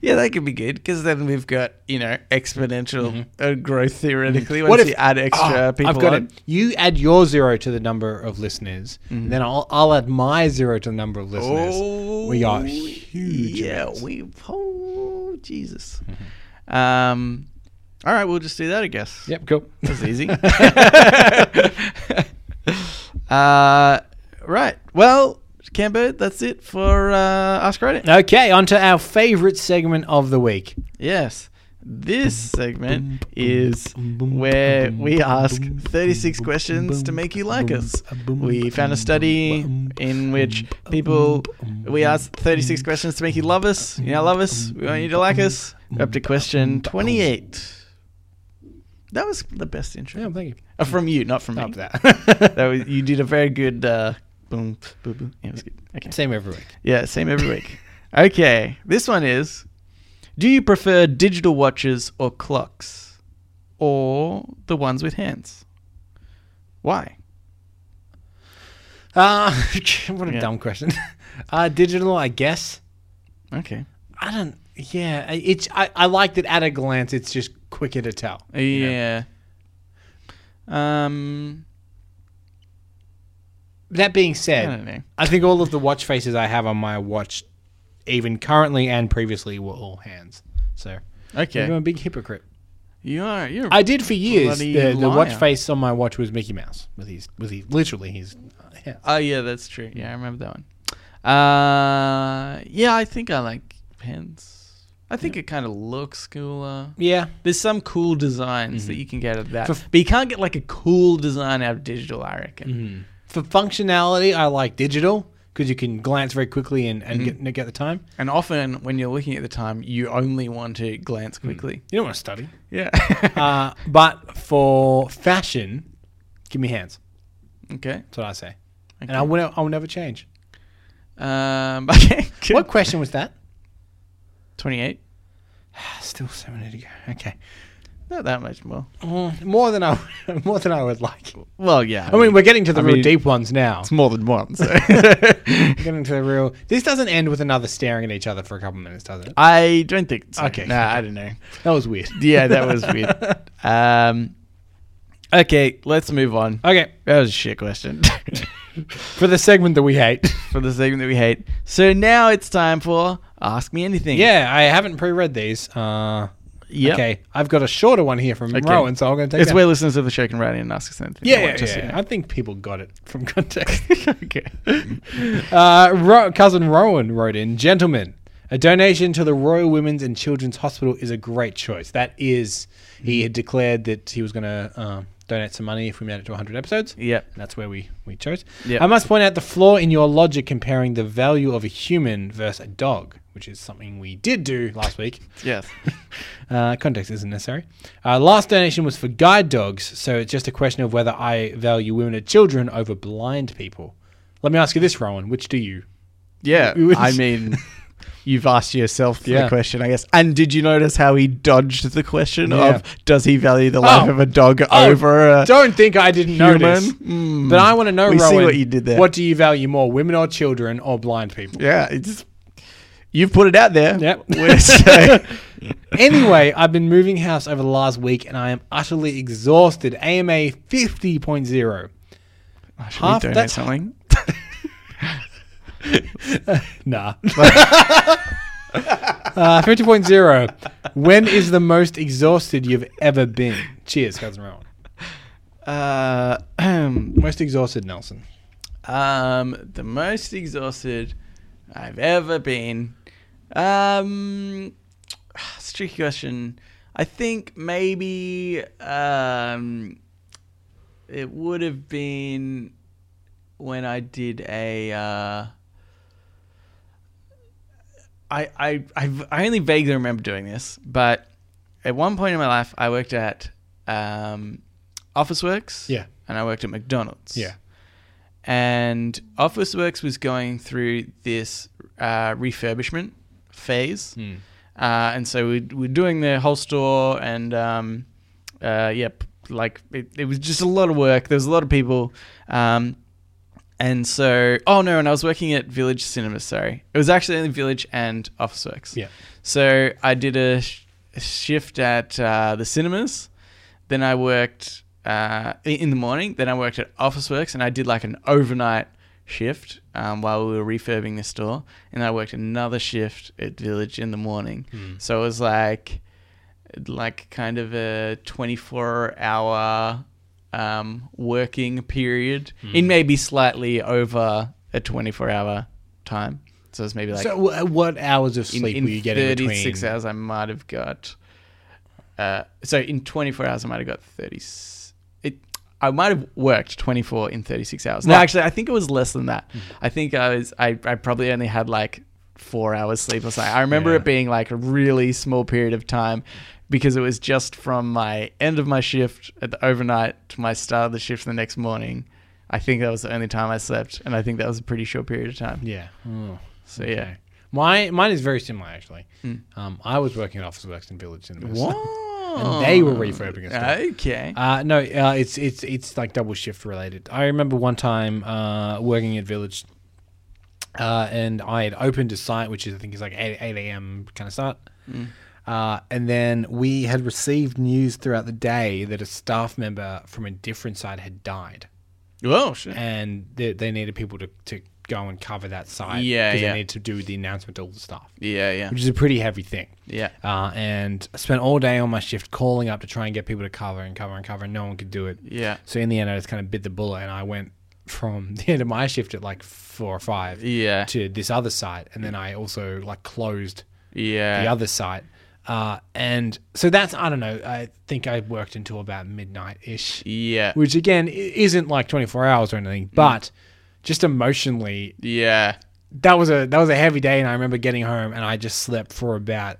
Speaker 1: yeah, that could be good because then we've got you know exponential uh, growth theoretically. Once
Speaker 2: Mm-hmm. What if-
Speaker 1: you add extra
Speaker 2: Ah,
Speaker 1: people?
Speaker 2: I've got
Speaker 1: on.
Speaker 2: it. You add your zero to the number of listeners, then I'll, I'll add my zero to the number of listeners. we are
Speaker 1: Mm-hmm. Oh,
Speaker 2: huge.
Speaker 1: Yeah,
Speaker 2: amounts.
Speaker 1: we. Oh, Jesus.
Speaker 2: Mm-hmm.
Speaker 1: Um, all right, we'll just do that, I guess.
Speaker 2: Yep, cool.
Speaker 1: That's easy. uh, right. Well, Cambo, that's it for uh, Ask Reddit.
Speaker 2: Okay, on to our favorite segment of the week.
Speaker 1: Yes. This segment is where we ask 36 questions to make you like us. We found a study in which people, we asked 36 questions to make you love us. You now love us. We want you to like us. We're up to question 28. That was the best intro.
Speaker 2: Yeah, thank you.
Speaker 1: Uh, from you, not from me.
Speaker 2: Up that.
Speaker 1: That was, you did a very good uh, boom, boom, boom. Yeah, it was good. Okay.
Speaker 2: Same every week.
Speaker 1: Yeah, same every week. okay, this one is: Do you prefer digital watches or clocks, or the ones with hands? Why?
Speaker 2: Uh, what a
Speaker 1: Yeah.
Speaker 2: dumb question. Uh, digital, I guess.
Speaker 1: Okay.
Speaker 2: I don't. Yeah, I- it's. I, I like that at a glance, it's just quicker to tell. you know?
Speaker 1: Yeah. Um.
Speaker 2: That being
Speaker 1: I
Speaker 2: said,
Speaker 1: don't know.
Speaker 2: I think all of the watch faces I have on my watch, even currently and previously, were all hands. So I'm
Speaker 1: Okay.
Speaker 2: a big hypocrite.
Speaker 1: You are. You're.
Speaker 2: I did for years.
Speaker 1: Bloody
Speaker 2: The, the watch
Speaker 1: liar.
Speaker 2: face on my watch was Mickey Mouse with his with his literally his. uh, hands.
Speaker 1: oh yeah, that's true. Yeah, I remember that one. Uh. Yeah, I think I like hands. I think it kind of looks cooler.
Speaker 2: Yeah,
Speaker 1: There's some cool designs that you can get out of that,
Speaker 2: For-
Speaker 1: but you can't get like a cool design out of digital. I reckon.
Speaker 2: for functionality, I like digital because you can glance very quickly and
Speaker 1: Mm-hmm.
Speaker 2: and get, get the time.
Speaker 1: And often when you're looking at the time, you only want to glance quickly.
Speaker 2: You don't want to study.
Speaker 1: Yeah.
Speaker 2: Uh, but for fashion, give me hands.
Speaker 1: okay.
Speaker 2: That's what I say. And I will. I will never change.
Speaker 1: Um, okay. Good.
Speaker 2: What question was that?
Speaker 1: Twenty-eight.
Speaker 2: Still seven minutes ago. Okay.
Speaker 1: Not that much more.
Speaker 2: Mm-hmm. More than I more than I would like.
Speaker 1: Well, yeah.
Speaker 2: I mean, we're getting to the
Speaker 1: I
Speaker 2: real
Speaker 1: mean-
Speaker 2: deep ones now.
Speaker 1: it's more than one. So.
Speaker 2: We're getting to the real. This doesn't end with another staring at each other for a couple minutes, does it?
Speaker 1: I don't think. So.
Speaker 2: Okay.
Speaker 1: Nah, I don't know.
Speaker 2: Uh, That was weird.
Speaker 1: Yeah, that was weird. Um, okay, let's move on.
Speaker 2: Okay,
Speaker 1: That was a shit question.
Speaker 2: for the segment that we hate.
Speaker 1: for the segment that we hate. So now it's time for Ask Me Anything.
Speaker 2: yeah, I haven't pre-read these. Uh,
Speaker 1: Yep.
Speaker 2: Okay, I've got a shorter one here from
Speaker 1: Okay.
Speaker 2: Rowan, so I'm going to take
Speaker 1: It's
Speaker 2: that.
Speaker 1: where listeners of the show can write in and ask us anything.
Speaker 2: yeah,
Speaker 1: they
Speaker 2: yeah,
Speaker 1: want,
Speaker 2: yeah.
Speaker 1: so you know.
Speaker 2: I think people got it from context.
Speaker 1: okay.
Speaker 2: uh, Ro- cousin Rowan wrote in, "Gentlemen, a donation to the Royal Women's and Children's Hospital is a great choice. That is, he had declared that he was going to uh, donate some money if we made it to 100 episodes.
Speaker 1: Yep.
Speaker 2: And that's where we we chose.
Speaker 1: Yep.
Speaker 2: I must point out the flaw in your logic comparing the value of a human versus a dog, which is something we did do last week.
Speaker 1: Yes.
Speaker 2: Uh, context isn't necessary. Uh, last donation was for guide dogs, so it's just a question of whether I value women and children over blind people. Let me ask you this, Rowan: Which do you?
Speaker 1: Yeah,
Speaker 2: We would-
Speaker 1: I mean, you've asked yourself
Speaker 2: Yeah.
Speaker 1: the question, I guess. And did you notice how he dodged the question
Speaker 2: Yeah.
Speaker 1: of does he value the life
Speaker 2: Oh.
Speaker 1: of a dog
Speaker 2: Oh,
Speaker 1: over a
Speaker 2: Don't think I didn't
Speaker 1: Uh, human?
Speaker 2: notice.
Speaker 1: Mm.
Speaker 2: But I want to know,
Speaker 1: We see
Speaker 2: Rowan,
Speaker 1: what you did there.
Speaker 2: What do you value more, women or children or blind people?
Speaker 1: yeah, it's you've put it out there.
Speaker 2: Yep.
Speaker 1: We're saying-
Speaker 2: anyway, I've been moving house over the last week and I am utterly exhausted. AMA 50.0.
Speaker 1: Oh, should
Speaker 2: Half-
Speaker 1: we donate
Speaker 2: that's-
Speaker 1: something?
Speaker 2: Nah. uh, 50.0. When is the most exhausted you've ever been? Cheers, cousin Rowan.
Speaker 1: Uh,
Speaker 2: Most exhausted, Nelson.
Speaker 1: um, the most exhausted I've ever been. Um, it's a tricky question. I think maybe um, it would have been when I did a. Uh, I, I, I've, I only vaguely remember doing this, but at one point in my life, I worked at um, Officeworks.
Speaker 2: Yeah.
Speaker 1: And I worked at McDonald's.
Speaker 2: Yeah.
Speaker 1: And Officeworks was going through this uh, refurbishment phase. Uh, and so we, we're doing the whole store, and um, uh, yep, like it, it was just a lot of work. There was a lot of people. Um, and so, oh no, and I was working at Village Cinema, sorry. It was actually only Village and Officeworks.
Speaker 2: Yeah.
Speaker 1: So I did a, sh- a shift at uh, the cinemas. Then I worked uh, i- in the morning. Then I worked at Officeworks and I did like an overnight shift um, while we were refurbing the store. And I worked another shift at Village in the morning. So it was like, like kind of a 24 hour um, working period in maybe slightly over a 24 hour time. So it's maybe like
Speaker 2: so, wh- what hours of sleep
Speaker 1: in,
Speaker 2: were you
Speaker 1: in
Speaker 2: getting
Speaker 1: 36
Speaker 2: between?
Speaker 1: hours, I might have got. Uh, so in 24 hours, I might have got 30. It, I might have worked 24 in 36 hours. No,
Speaker 2: Right. Hmm.
Speaker 1: actually, I think it was less than that. I think I was. I, I probably only had like four hours sleep or something. I remember
Speaker 2: Yeah.
Speaker 1: it being like a really small period of time because it was just from my end of my shift at the overnight to my start of the shift the next morning. I think that was the only time I slept, and I think that was a pretty short period of time.
Speaker 2: Yeah. Oh.
Speaker 1: So yeah.
Speaker 2: My, mine is very similar, actually. Um, I was working at Officeworks in Village Cinemas.
Speaker 1: And
Speaker 2: they were refurbing a store.
Speaker 1: Okay.
Speaker 2: Uh, no, uh, it's it's it's like double shift related. I remember one time uh, working at Village, uh, and I had opened a site which is I think is like eight eight a.m. kind of start.
Speaker 1: Mm.
Speaker 2: Uh, and then we had received news throughout the day that a staff member from a different site had died,
Speaker 1: oh shit.
Speaker 2: and they, they needed people to, to go and cover that site.
Speaker 1: Yeah,
Speaker 2: 'cause
Speaker 1: yeah.
Speaker 2: They needed to do the announcement to all the staff,
Speaker 1: Yeah, yeah,
Speaker 2: which is a pretty heavy thing.
Speaker 1: yeah.
Speaker 2: Uh, and I spent all day on my shift calling up to try and get people to cover and cover and cover, and no one could do it.
Speaker 1: Yeah.
Speaker 2: So in the end, I just kind of bit the bullet, and I went from the end of my shift at like four or five
Speaker 1: Yeah.
Speaker 2: to this other site, and then I also like closed
Speaker 1: Yeah.
Speaker 2: the other site. Uh, and so that's I don't know. I think I worked until about midnight ish,
Speaker 1: yeah. Mm.
Speaker 2: which again i- isn't like twenty four hours or anything, but just emotionally,
Speaker 1: yeah.
Speaker 2: that was a that was a heavy day. And I remember getting home, and I just slept for about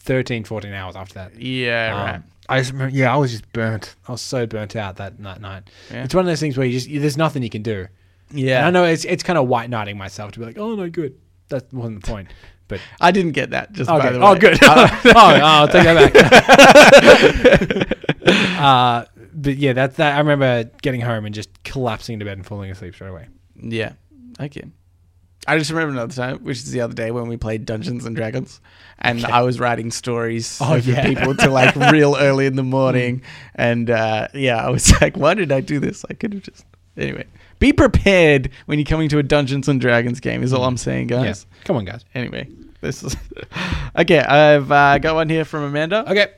Speaker 2: 13, 14 hours after that.
Speaker 1: Yeah.
Speaker 2: Um,
Speaker 1: right.
Speaker 2: I just remember, yeah, I was just burnt. I was so burnt out that night. night.
Speaker 1: Yeah.
Speaker 2: It's one of those things where you just there's nothing you can do.
Speaker 1: Yeah.
Speaker 2: And I know it's it's kind of white knighting myself to be like, oh no, good. That wasn't the point. But
Speaker 1: I didn't get that. Just by
Speaker 2: okay.
Speaker 1: the way.
Speaker 2: oh good. oh, oh, I'll take that back. uh, but yeah, that's that. I remember getting home and just collapsing into bed and falling asleep straight away.
Speaker 1: Yeah. Okay. I just remember another time, which is the other day when we played Dungeons and Dragons, and I was writing stories
Speaker 2: Oh,
Speaker 1: for
Speaker 2: yeah.
Speaker 1: people to like real early in the morning, and uh, yeah, I was like, why did I do this? I could have just anyway. Be prepared when you're coming to a Dungeons and Dragons game. Is all I'm saying, guys.
Speaker 2: Yes. Come on, guys.
Speaker 1: Anyway, this is okay. I've uh, got one here from Amanda.
Speaker 2: Okay.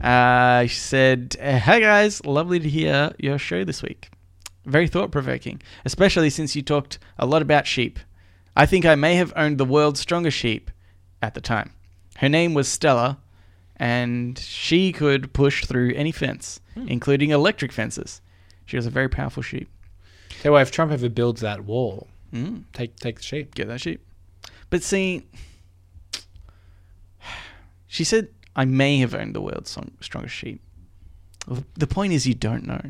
Speaker 1: Uh, she said, uh, Hey guys, lovely to hear your show this week. Very thought provoking, especially since you talked a lot about sheep. I think I may have owned the world's strongest sheep at the time. Her name was Stella, and she could push through any fence, including electric fences. She was a very powerful sheep.
Speaker 2: So well, if Trump ever builds that wall,
Speaker 1: Mm,
Speaker 2: take take the sheep.
Speaker 1: get that sheep. But see, she said, I may have owned the world's song, strongest sheep. The point is, you don't know.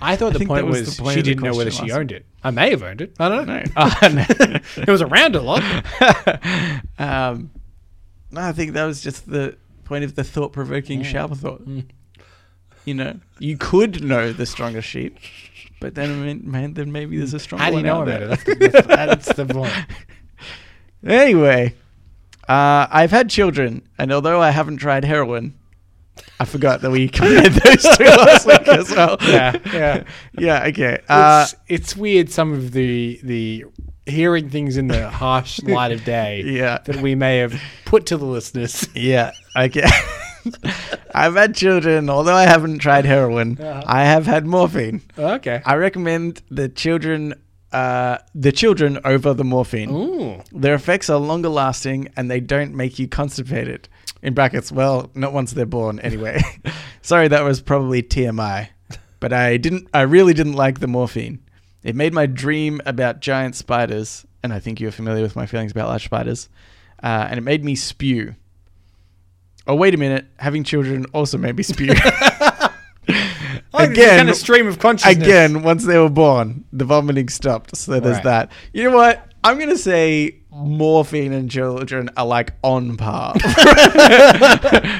Speaker 2: I thought the
Speaker 1: think
Speaker 2: point
Speaker 1: that was
Speaker 2: was,
Speaker 1: the point
Speaker 2: she
Speaker 1: of the
Speaker 2: didn't know whether
Speaker 1: question
Speaker 2: she
Speaker 1: last
Speaker 2: owned it. I may have owned it. I don't know.
Speaker 1: No.
Speaker 2: Uh, no. it was around a lot.
Speaker 1: Um, no, I think that was just the point of the thought-provoking
Speaker 2: Mm.
Speaker 1: shower thought. You know, you could know the strongest sheep, but then I mean, man, then maybe there's a stronger
Speaker 2: Mm. How do you
Speaker 1: one
Speaker 2: know
Speaker 1: out
Speaker 2: about
Speaker 1: there.
Speaker 2: it? That's the, that's, that's the point.
Speaker 1: Anyway, uh, I've had children, and although I haven't tried heroin, I forgot that we compared those two last week as well.
Speaker 2: Yeah, yeah.
Speaker 1: yeah. Okay. Uh,
Speaker 2: it's, it's weird some of the the hearing things in the harsh light of day
Speaker 1: Yeah.
Speaker 2: that we may have put to the listeners.
Speaker 1: yeah. Okay. I've had children, although I haven't tried heroin.
Speaker 2: Uh-huh.
Speaker 1: I have had morphine.
Speaker 2: Okay.
Speaker 1: I recommend the children, uh, the children over the morphine.
Speaker 2: Ooh.
Speaker 1: Their effects are longer lasting and they don't make you constipated. In brackets, well, not once they're born anyway. Sorry, that was probably TMI. But I didn't I really didn't like the morphine. It made my dream about giant spiders, and I think you're familiar with my feelings about large spiders, uh, and it made me spew. Oh wait a minute, having children also made me spew.
Speaker 2: I like
Speaker 1: Again-
Speaker 2: kind of stream of consciousness.
Speaker 1: Again, once they were born, the vomiting stopped. So there's
Speaker 2: Right.
Speaker 1: that. You know what? I'm gonna say morphine and children are like on par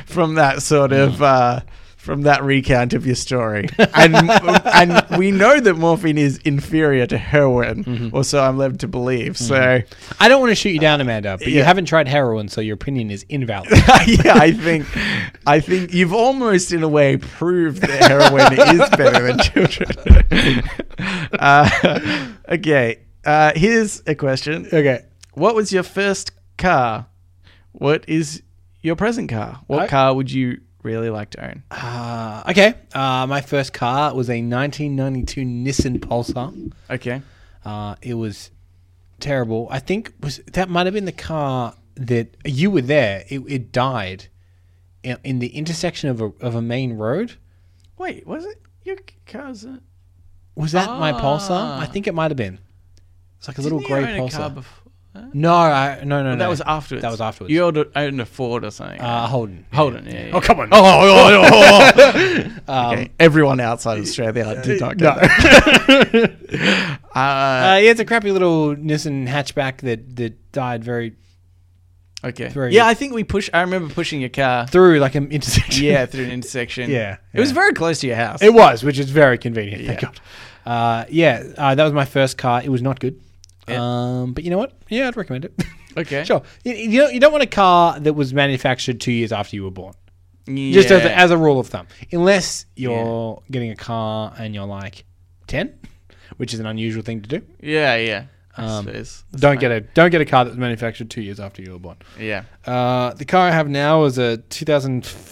Speaker 1: from that sort
Speaker 2: Hmm.
Speaker 1: of uh, from that recount of your story, and and we know that morphine is inferior to heroin,
Speaker 2: Mm-hmm.
Speaker 1: or so I'm led to believe. So.
Speaker 2: I don't want to shoot you down, Amanda, but you
Speaker 1: Yeah.
Speaker 2: haven't tried heroin, so your opinion is invalid.
Speaker 1: yeah, I think I think you've almost in a way proved that heroin is better than children. uh, okay, uh, here's a question.
Speaker 2: okay.
Speaker 1: What was your first car? What is your present car? What
Speaker 2: I-
Speaker 1: car would you really like to own?
Speaker 2: Uh, okay. Uh, my first car was a 1992 Nissan Pulsar.
Speaker 1: Okay.
Speaker 2: Uh, it was terrible. I think was that might have been the car that you were there. It, it died in, in the intersection of a, of a main road.
Speaker 1: Wait, was it your car's uh, a
Speaker 2: Was that my
Speaker 1: Ah.
Speaker 2: Pulsar? I think it might have been. It's like a little
Speaker 1: Didn't
Speaker 2: grey
Speaker 1: you own a car
Speaker 2: Pulsar.
Speaker 1: before? that?
Speaker 2: No, I, no, no, no.
Speaker 1: That was afterwards.
Speaker 2: That was afterwards.
Speaker 1: You owned a, owned a Ford or something.
Speaker 2: uh, Holden.
Speaker 1: Holden, yeah. yeah.
Speaker 2: come on.
Speaker 1: Oh, oh, oh, oh, oh.
Speaker 2: Um,
Speaker 1: okay. Everyone outside Australia did not get that.
Speaker 2: Uh, yeah, it's a crappy little Nissan hatchback that, that died very
Speaker 1: uh, okay.
Speaker 2: Very-
Speaker 1: Yeah, I think we push. I remember pushing your car.
Speaker 2: through like an intersection.
Speaker 1: yeah, through an intersection.
Speaker 2: Yeah,
Speaker 1: It was
Speaker 2: yeah.
Speaker 1: very close to your house.
Speaker 2: It was, which is very convenient. Thank
Speaker 1: Yeah.
Speaker 2: God. Uh, yeah, uh, that was my first car. It was not good.
Speaker 1: Yeah.
Speaker 2: Um, but you know what? Yeah, I'd recommend it.
Speaker 1: okay.
Speaker 2: sure. You, you, don't, you don't want a car that was manufactured two years after you were born.
Speaker 1: Yeah.
Speaker 2: Just as, a, as a rule of thumb. Unless you're getting a car and you're like 10, which is an unusual thing to do.
Speaker 1: yeah, yeah.
Speaker 2: Um, don't get a don't get a car that was manufactured two years after you were born.
Speaker 1: it. Yeah.
Speaker 2: Uh, the car I have now is a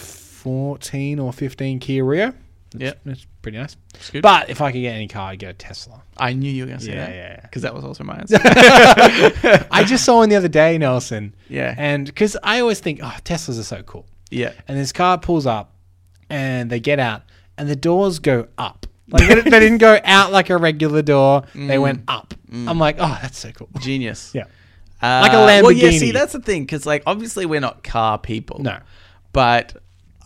Speaker 2: 2014 or 15 Kia Rio.
Speaker 1: Yep.
Speaker 2: That's pretty nice.
Speaker 1: It's good.
Speaker 2: But if I could get any car, I'd get a Tesla.
Speaker 1: I knew you were going to say
Speaker 2: Yeah,
Speaker 1: that.
Speaker 2: yeah, yeah.
Speaker 1: Because that was also my answer.
Speaker 2: I just saw one the other day, Nelson.
Speaker 1: Yeah.
Speaker 2: And because I always think, oh, Teslas are so cool.
Speaker 1: yeah.
Speaker 2: And this car pulls up and they get out and the doors go up. Like they, they didn't go out like a regular door,
Speaker 1: Mm.
Speaker 2: they went up. I'm like, oh, that's so cool.
Speaker 1: Genius.
Speaker 2: Yeah.
Speaker 1: Uh,
Speaker 2: Like a
Speaker 1: Well, yeah, see,
Speaker 2: Lamborghini.
Speaker 1: that's the thing, because like obviously we're not car people.
Speaker 2: No.
Speaker 1: but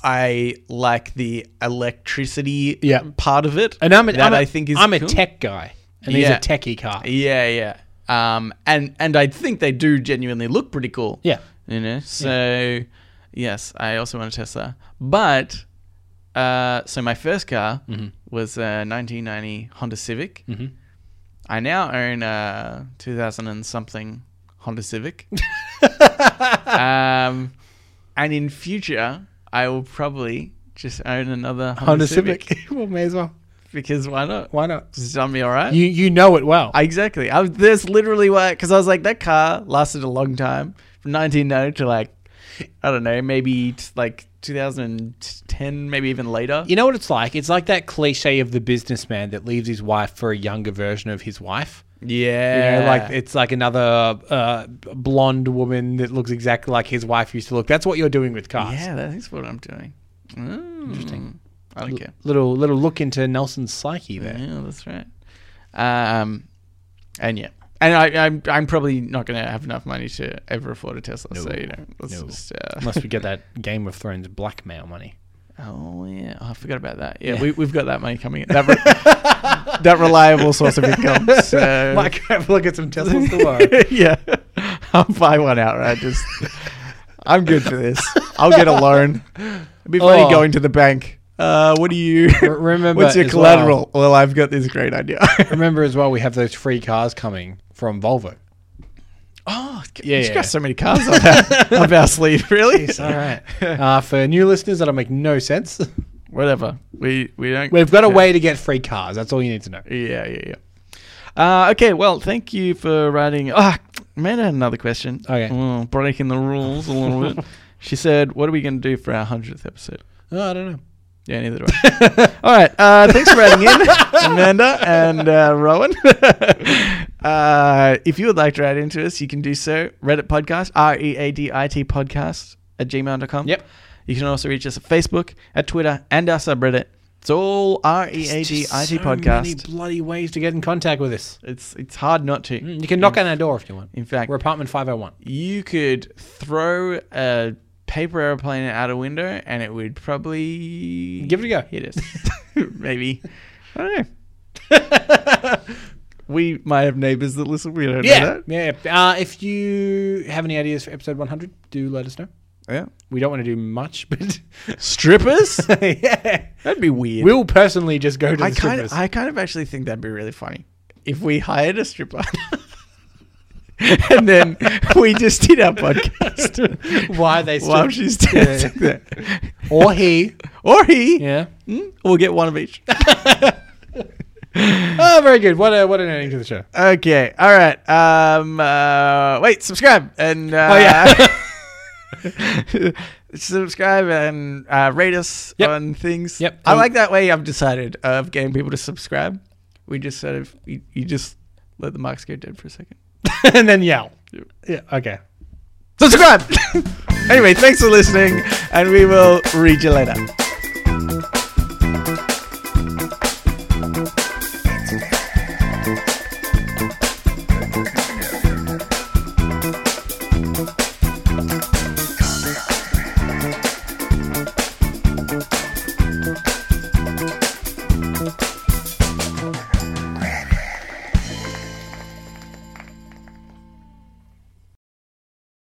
Speaker 1: I like the electricity
Speaker 2: Yeah.
Speaker 1: part of it,
Speaker 2: And I'm a,
Speaker 1: that
Speaker 2: I'm a-
Speaker 1: I think is
Speaker 2: I'm a
Speaker 1: cool.
Speaker 2: tech guy. And he's
Speaker 1: Yeah.
Speaker 2: a techie car.
Speaker 1: Yeah, yeah. Um, and and I think they do genuinely look pretty cool.
Speaker 2: Yeah.
Speaker 1: you know. So yes, I also want a Tesla, but. Uh, so my first car
Speaker 2: Mm-hmm.
Speaker 1: was a 1990 Honda Civic. I now own a 2000 and something Honda Civic. um, and in future, I will probably just own another Honda,
Speaker 2: Honda
Speaker 1: Civic,
Speaker 2: Civic. well, may as well.
Speaker 1: because why not?
Speaker 2: Why not?
Speaker 1: It's done me all right.
Speaker 2: You you know it well.
Speaker 1: I- exactly. I, was- that's literally why, because I was like, that car lasted a long time from 1990 to like, I don't know, maybe t- like 2010, maybe even later.
Speaker 2: You know what it's like? It's like that cliche of the businessman that leaves his wife for a younger version of his wife. You
Speaker 1: Yeah.
Speaker 2: know, like it's like another uh, blonde woman that looks exactly like his wife used to look. That's what you're doing with cars.
Speaker 1: yeah, that is what I'm doing. Interesting. I don't care.
Speaker 2: Little little look into Nelson's psyche there.
Speaker 1: Yeah, that's right. Um, and yeah, And I, I'm, I'm probably not going to have enough money to ever afford a Tesla. so, you know, let's
Speaker 2: no.
Speaker 1: just. Uh,
Speaker 2: Unless we get that Game of Thrones blackmail money.
Speaker 1: Oh yeah, oh, I forgot about that. Yeah, We, we've got that money coming in. That, re- that reliable source of income. So
Speaker 2: Mike, have a look at some Teslas tomorrow.
Speaker 1: yeah, I'll buy one outright. Just I'm good for this. I'll get a loan. It'd be funny
Speaker 2: Oh.
Speaker 1: going to the bank. Uh, what do you?
Speaker 2: R- remember
Speaker 1: what's your
Speaker 2: as well-
Speaker 1: collateral? Well, I've got this great idea.
Speaker 2: Remember as well, we have those free cars coming from Volvo.
Speaker 1: oh,
Speaker 2: Yeah,
Speaker 1: yeah,
Speaker 2: yeah.
Speaker 1: got so many cars up our, up our sleeve. Really?
Speaker 2: All right. Uh, for new listeners, that'll make no sense.
Speaker 1: Whatever. We we don't.
Speaker 2: We've got a
Speaker 1: yeah.
Speaker 2: way to get free cars. That's all you need to know.
Speaker 1: Yeah, yeah, yeah. Uh, okay, well, thank you for writing. Ah, man, I had another question.
Speaker 2: Okay.
Speaker 1: Oh, breaking the rules a little bit. She said, "What are we going to do for our hundredth episode?"
Speaker 2: Oh, I don't know.
Speaker 1: Yeah, neither do I. All right. Uh, thanks for writing in, Amanda and uh, Rowan. uh, if you would like to write into us, you can do so. Reddit podcast, R E A D I T podcast at gmail.com.
Speaker 2: Yep.
Speaker 1: You can also reach us at Facebook, at Twitter, and our subreddit. It's all R E A D I T podcast.
Speaker 2: bloody ways to get in contact with us. Mm,
Speaker 1: It's it's hard not to.
Speaker 2: You can knock on our door if you want.
Speaker 1: In fact,
Speaker 2: We're apartment 501.
Speaker 1: you could throw a paper airplane out a window and it would probably
Speaker 2: Give it a go.
Speaker 1: hit us. Maybe. I don't know. we might have neighbors that listen. We don't
Speaker 2: Yeah.
Speaker 1: know
Speaker 2: Yeah. Uh, if you have any ideas for episode 100, do let us know.
Speaker 1: that. Yeah.
Speaker 2: We don't want to do much, but
Speaker 1: Strippers?
Speaker 2: yeah.
Speaker 1: That'd be weird.
Speaker 2: We'll personally just go to the
Speaker 1: I kind
Speaker 2: strippers.
Speaker 1: of, I kind of actually think that'd be really funny if we hired a stripper. and then we just did our podcast
Speaker 2: Why they
Speaker 1: while
Speaker 2: strip
Speaker 1: she's dancing there.
Speaker 2: or he.
Speaker 1: Or he.
Speaker 2: Yeah.
Speaker 1: Mm, We'll get one of each.
Speaker 2: Oh, very good. What a, what an ending to the show.
Speaker 1: okay. All right. Um. Uh, wait. Subscribe and. Uh,
Speaker 2: Oh,
Speaker 1: subscribe and uh, rate us
Speaker 2: Yep.
Speaker 1: on things.
Speaker 2: Yep.
Speaker 1: I
Speaker 2: And-
Speaker 1: like that way. I've decided of getting people to subscribe. We just sort of you, you just let the mics go dead for a second.
Speaker 2: and then yell. Yeah. Okay.
Speaker 1: Subscribe. anyway, thanks for listening, and we will read you later.